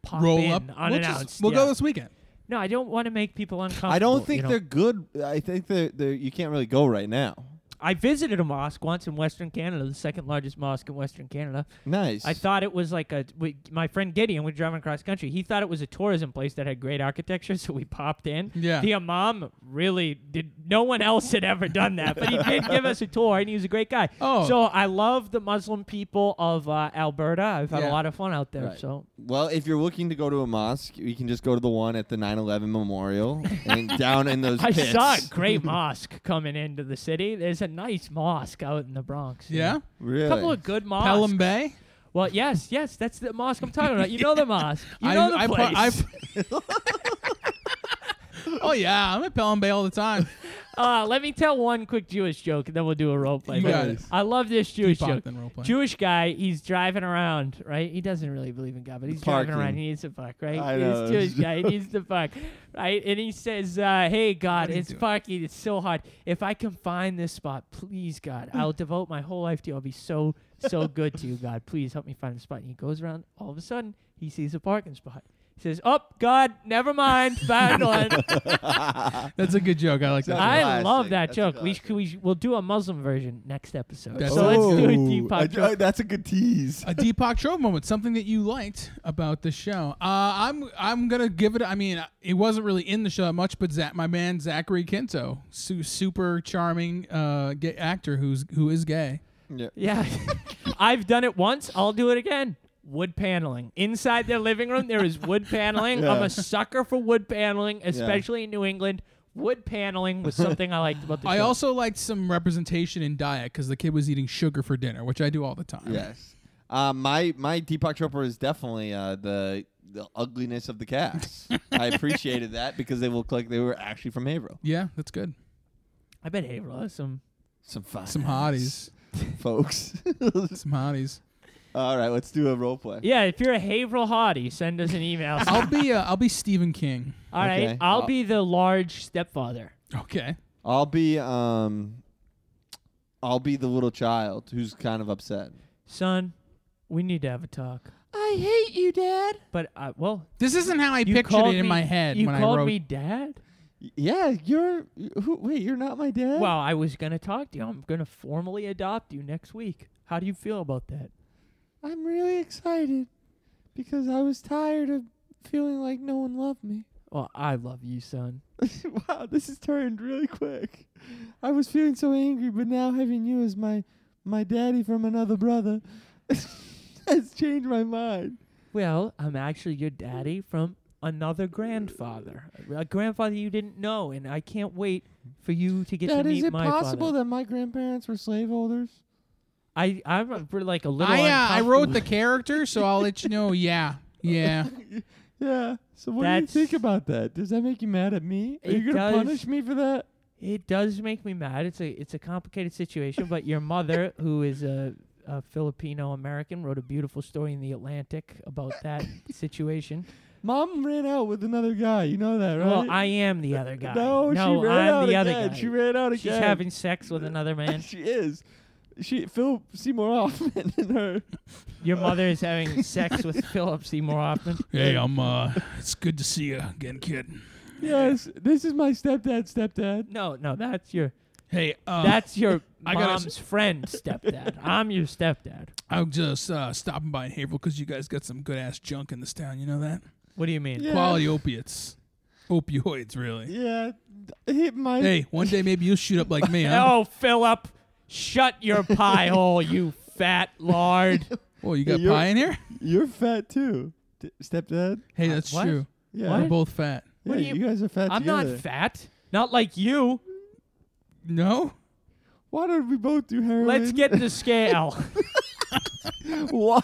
Speaker 3: pop
Speaker 1: roll
Speaker 3: in
Speaker 1: up. We'll,
Speaker 3: unannounced.
Speaker 1: just, we'll
Speaker 3: Yeah.
Speaker 1: go this weekend.
Speaker 3: no, I don't want to make people uncomfortable.
Speaker 4: I don't
Speaker 3: you
Speaker 4: think
Speaker 3: know.
Speaker 4: they're good. I think they're, they're. You can't really go right now.
Speaker 3: I visited a mosque once in Western Canada, the second largest mosque in Western Canada.
Speaker 4: Nice.
Speaker 3: I thought it was like a. We, my friend Gideon, we were driving across country. He thought it was a tourism place that had great architecture, so we popped in.
Speaker 1: Yeah.
Speaker 3: The imam really did. No one else had ever done that, but he did give us a tour, and he was a great guy.
Speaker 1: Oh.
Speaker 3: So I love the Muslim people of uh, Alberta. I've had
Speaker 1: Yeah.
Speaker 3: a lot of fun out there.
Speaker 4: Right.
Speaker 3: So
Speaker 4: Well, if you're looking to go to a mosque, you can just go to the one at the 9/11 memorial and down in those
Speaker 3: I
Speaker 4: pits.
Speaker 3: saw a great mosque coming into the city. There's a nice mosque out in the Bronx.
Speaker 1: Yeah.
Speaker 4: Really?
Speaker 3: A couple of good mosques.
Speaker 1: Pelham Bay.
Speaker 3: Well, yes, yes, that's the mosque I'm talking about. You know the mosque. You
Speaker 1: I-
Speaker 3: know the
Speaker 1: I,
Speaker 3: place.
Speaker 1: I- oh yeah, I'm at Pelham Bay all the time.
Speaker 3: Uh, let me tell one quick Jewish joke, and then we'll do a role play.
Speaker 1: You
Speaker 3: But
Speaker 1: got it.
Speaker 3: I love this Jewish
Speaker 1: Tupac,
Speaker 3: joke.
Speaker 1: then role play.
Speaker 3: Jewish guy, he's driving around, right? He doesn't really believe in God, but he's driving
Speaker 4: Parking.
Speaker 3: around. He needs to fuck, right?
Speaker 4: I
Speaker 3: He's
Speaker 4: know.
Speaker 3: Jewish guy. He needs to fuck, right? And he says, uh, "Hey God,
Speaker 1: are you
Speaker 3: it's
Speaker 1: doing?
Speaker 3: parking. It's so hard. If I can find this spot, please God, I'll devote my whole life to you. I'll be so so good to you, God. Please help me find a spot." And he goes around. All of a sudden, he sees a parking spot. He says, "Oh God, never mind, bad one."
Speaker 1: That's a good joke. I like that.
Speaker 3: I
Speaker 4: Classic.
Speaker 3: love that
Speaker 4: That's a
Speaker 3: joke. We sh-
Speaker 4: classic.
Speaker 3: we sh- we'll do a Muslim version next episode.
Speaker 4: Oh.
Speaker 1: That's
Speaker 3: so let's do a
Speaker 1: awesome.
Speaker 3: Deepak
Speaker 7: I- I-
Speaker 3: joke.
Speaker 7: that's a good tease.
Speaker 1: a Deepak Chopra moment, something that you liked about the show. Uh, I'm I'm gonna give it. I mean, it wasn't really in the show that much, but Zach, my man Zachary Quinto, su- super charming uh, gay actor who's who is gay.
Speaker 3: Yeah, I've done it once. I'll do it again. Wood paneling inside their living room. There is wood paneling. I'm a sucker for wood paneling, especially in New England. Wood paneling was something I liked about the
Speaker 1: I
Speaker 3: show.
Speaker 1: also liked some representation in diet because the kid was eating sugar for dinner, which I do all the time.
Speaker 4: Yes. Uh, my my Deepak Chopra is definitely uh, the the ugliness of the cast. I appreciated that because they looked like they were actually from Haverhill.
Speaker 1: Yeah, that's good.
Speaker 3: I bet Haverhill has some.
Speaker 4: Some fun,
Speaker 1: Some hotties,
Speaker 4: folks.
Speaker 1: some hotties.
Speaker 4: All right, let's do a role play.
Speaker 3: Yeah, if you're a Haverhill hottie, send us an email.
Speaker 1: I'll be uh, I'll be Stephen King.
Speaker 3: All right,
Speaker 4: Okay.
Speaker 3: I'll
Speaker 4: Uh,
Speaker 3: be the large stepfather.
Speaker 1: Okay.
Speaker 4: I'll be um, I'll be the little child who's kind of upset.
Speaker 3: Son, we need to have a talk.
Speaker 4: I hate you, Dad.
Speaker 3: But I, well,
Speaker 1: This isn't how I
Speaker 3: you
Speaker 1: pictured
Speaker 3: called
Speaker 1: it in
Speaker 3: me-
Speaker 1: my head
Speaker 3: You
Speaker 1: when I
Speaker 3: called
Speaker 1: wrote.
Speaker 3: me dad.
Speaker 4: Yeah, you're. Who, wait, you're not my dad.
Speaker 3: Well, I was gonna talk to you. I'm gonna formally adopt you next week. How do you feel about that?
Speaker 4: I'm really excited because I was tired of feeling like no one loved me.
Speaker 3: Well, I love you, son.
Speaker 4: wow, this has turned really quick. I was feeling so angry, but now having you as my my daddy from another brother has changed my mind.
Speaker 3: Well, I'm actually your daddy from another grandfather, a grandfather you didn't know, and I can't wait for you to get
Speaker 4: Dad,
Speaker 3: to
Speaker 4: is
Speaker 3: meet
Speaker 4: it
Speaker 3: my
Speaker 4: possible
Speaker 3: father.
Speaker 4: that my grandparents were slaveholders?
Speaker 3: I I'm a- we're like a little.
Speaker 1: I uh, I wrote the
Speaker 3: uncomfortable.
Speaker 1: character, so I'll let you know. Yeah, yeah.
Speaker 4: Yeah. So what
Speaker 3: That's-
Speaker 4: do you think about that? Does that make you mad at me? Are
Speaker 3: It
Speaker 4: you gonna
Speaker 3: does.
Speaker 4: punish me for that?
Speaker 3: It does make me mad. It's a it's a complicated situation, but your mother, who is a, a Filipino American, wrote a beautiful story in the Atlantic about that situation.
Speaker 4: Mom ran out with another guy. You know that, right?
Speaker 3: Well, I am the other guy.
Speaker 4: No, she ran
Speaker 3: I'm
Speaker 4: out
Speaker 3: the
Speaker 4: again.
Speaker 3: other guy.
Speaker 4: She ran out
Speaker 3: She's
Speaker 4: again.
Speaker 3: having sex with another man.
Speaker 4: she is. She Phil Seymour Hoffman and her.
Speaker 3: Your mother is having sex with Philip Seymour Hoffman.
Speaker 1: Hey, I'm. uh It's good to see you again, kid.
Speaker 4: Yes, this is my stepdad. Stepdad.
Speaker 3: No, no, that's your
Speaker 1: Hey, uh,
Speaker 3: that's your
Speaker 1: I gotta s-
Speaker 3: mom's friend stepdad. I'm your stepdad.
Speaker 1: I'm just uh, stopping by in Haverhill because you guys got some good ass junk in this town. You know that
Speaker 3: What do you mean?
Speaker 4: Yeah.
Speaker 1: quality opiates, opioids, really.
Speaker 4: Yeah, hit my.
Speaker 1: Hey, one day maybe you'll shoot up like me. Huh?
Speaker 3: Oh, Philip, shut your pie hole, you fat lard.
Speaker 1: Oh, you got
Speaker 4: You're-
Speaker 1: pie in here?
Speaker 4: you're fat too, D- stepdad.
Speaker 1: Hey,
Speaker 3: Uh,
Speaker 1: that's
Speaker 3: what?
Speaker 1: true.
Speaker 4: Yeah,
Speaker 1: We're
Speaker 3: What?
Speaker 1: both fat.
Speaker 4: yeah,
Speaker 3: What do
Speaker 4: you,
Speaker 3: you-
Speaker 4: guys are fat
Speaker 3: I'm not
Speaker 4: together.
Speaker 3: fat. Not like you.
Speaker 1: No,
Speaker 4: Why don't we both do heroin?
Speaker 3: Let's get the scale.
Speaker 4: Why,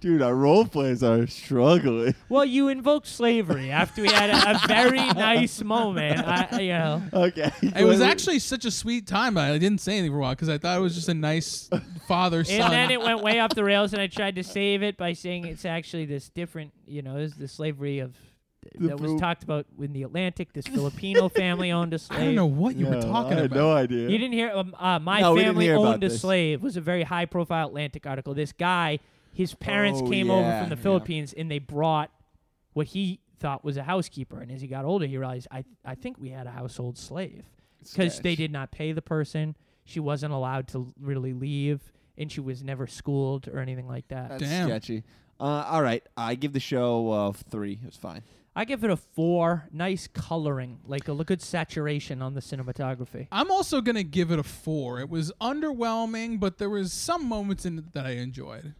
Speaker 4: dude? Our role plays are struggling.
Speaker 3: well, you invoked slavery after we had a, a very nice moment. I, you know.
Speaker 4: Okay.
Speaker 1: it was actually such a sweet time, but I didn't say anything for a while because I thought it was just a nice father son.
Speaker 3: And then it went way off the rails, and I tried to save it by saying it's actually this different, you know, this is the slavery of
Speaker 4: The
Speaker 3: that
Speaker 4: Fil-
Speaker 3: was talked about in the Atlantic. This Filipino family owned a slave.
Speaker 1: I don't know what you were
Speaker 4: No,
Speaker 1: talking
Speaker 4: I had
Speaker 1: about.
Speaker 4: no idea.
Speaker 3: You didn't hear? Um, uh, my
Speaker 4: No, we didn't
Speaker 3: family
Speaker 4: hear about
Speaker 3: owned a
Speaker 4: this.
Speaker 3: slave was a very high-profile Atlantic article. This guy, his parents
Speaker 4: Oh,
Speaker 3: came over
Speaker 4: yeah,
Speaker 3: from the
Speaker 4: yeah.
Speaker 3: Philippines, and they brought what he thought was a housekeeper. And as he got older, he realized I I think we had a household slave because they
Speaker 4: Sketch.
Speaker 3: did not pay the person. She wasn't allowed to really leave, and she was never schooled or anything like that.
Speaker 4: That's
Speaker 1: Damn.
Speaker 4: sketchy. Uh, all right, I give the show uh, three. It was fine.
Speaker 3: I give it a four. Nice coloring, like a l- good saturation on the cinematography.
Speaker 1: I'm also gonna give it a four. It was underwhelming, but there was some moments in it that I enjoyed.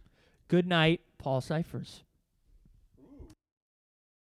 Speaker 3: Good night, Paul Cyphers.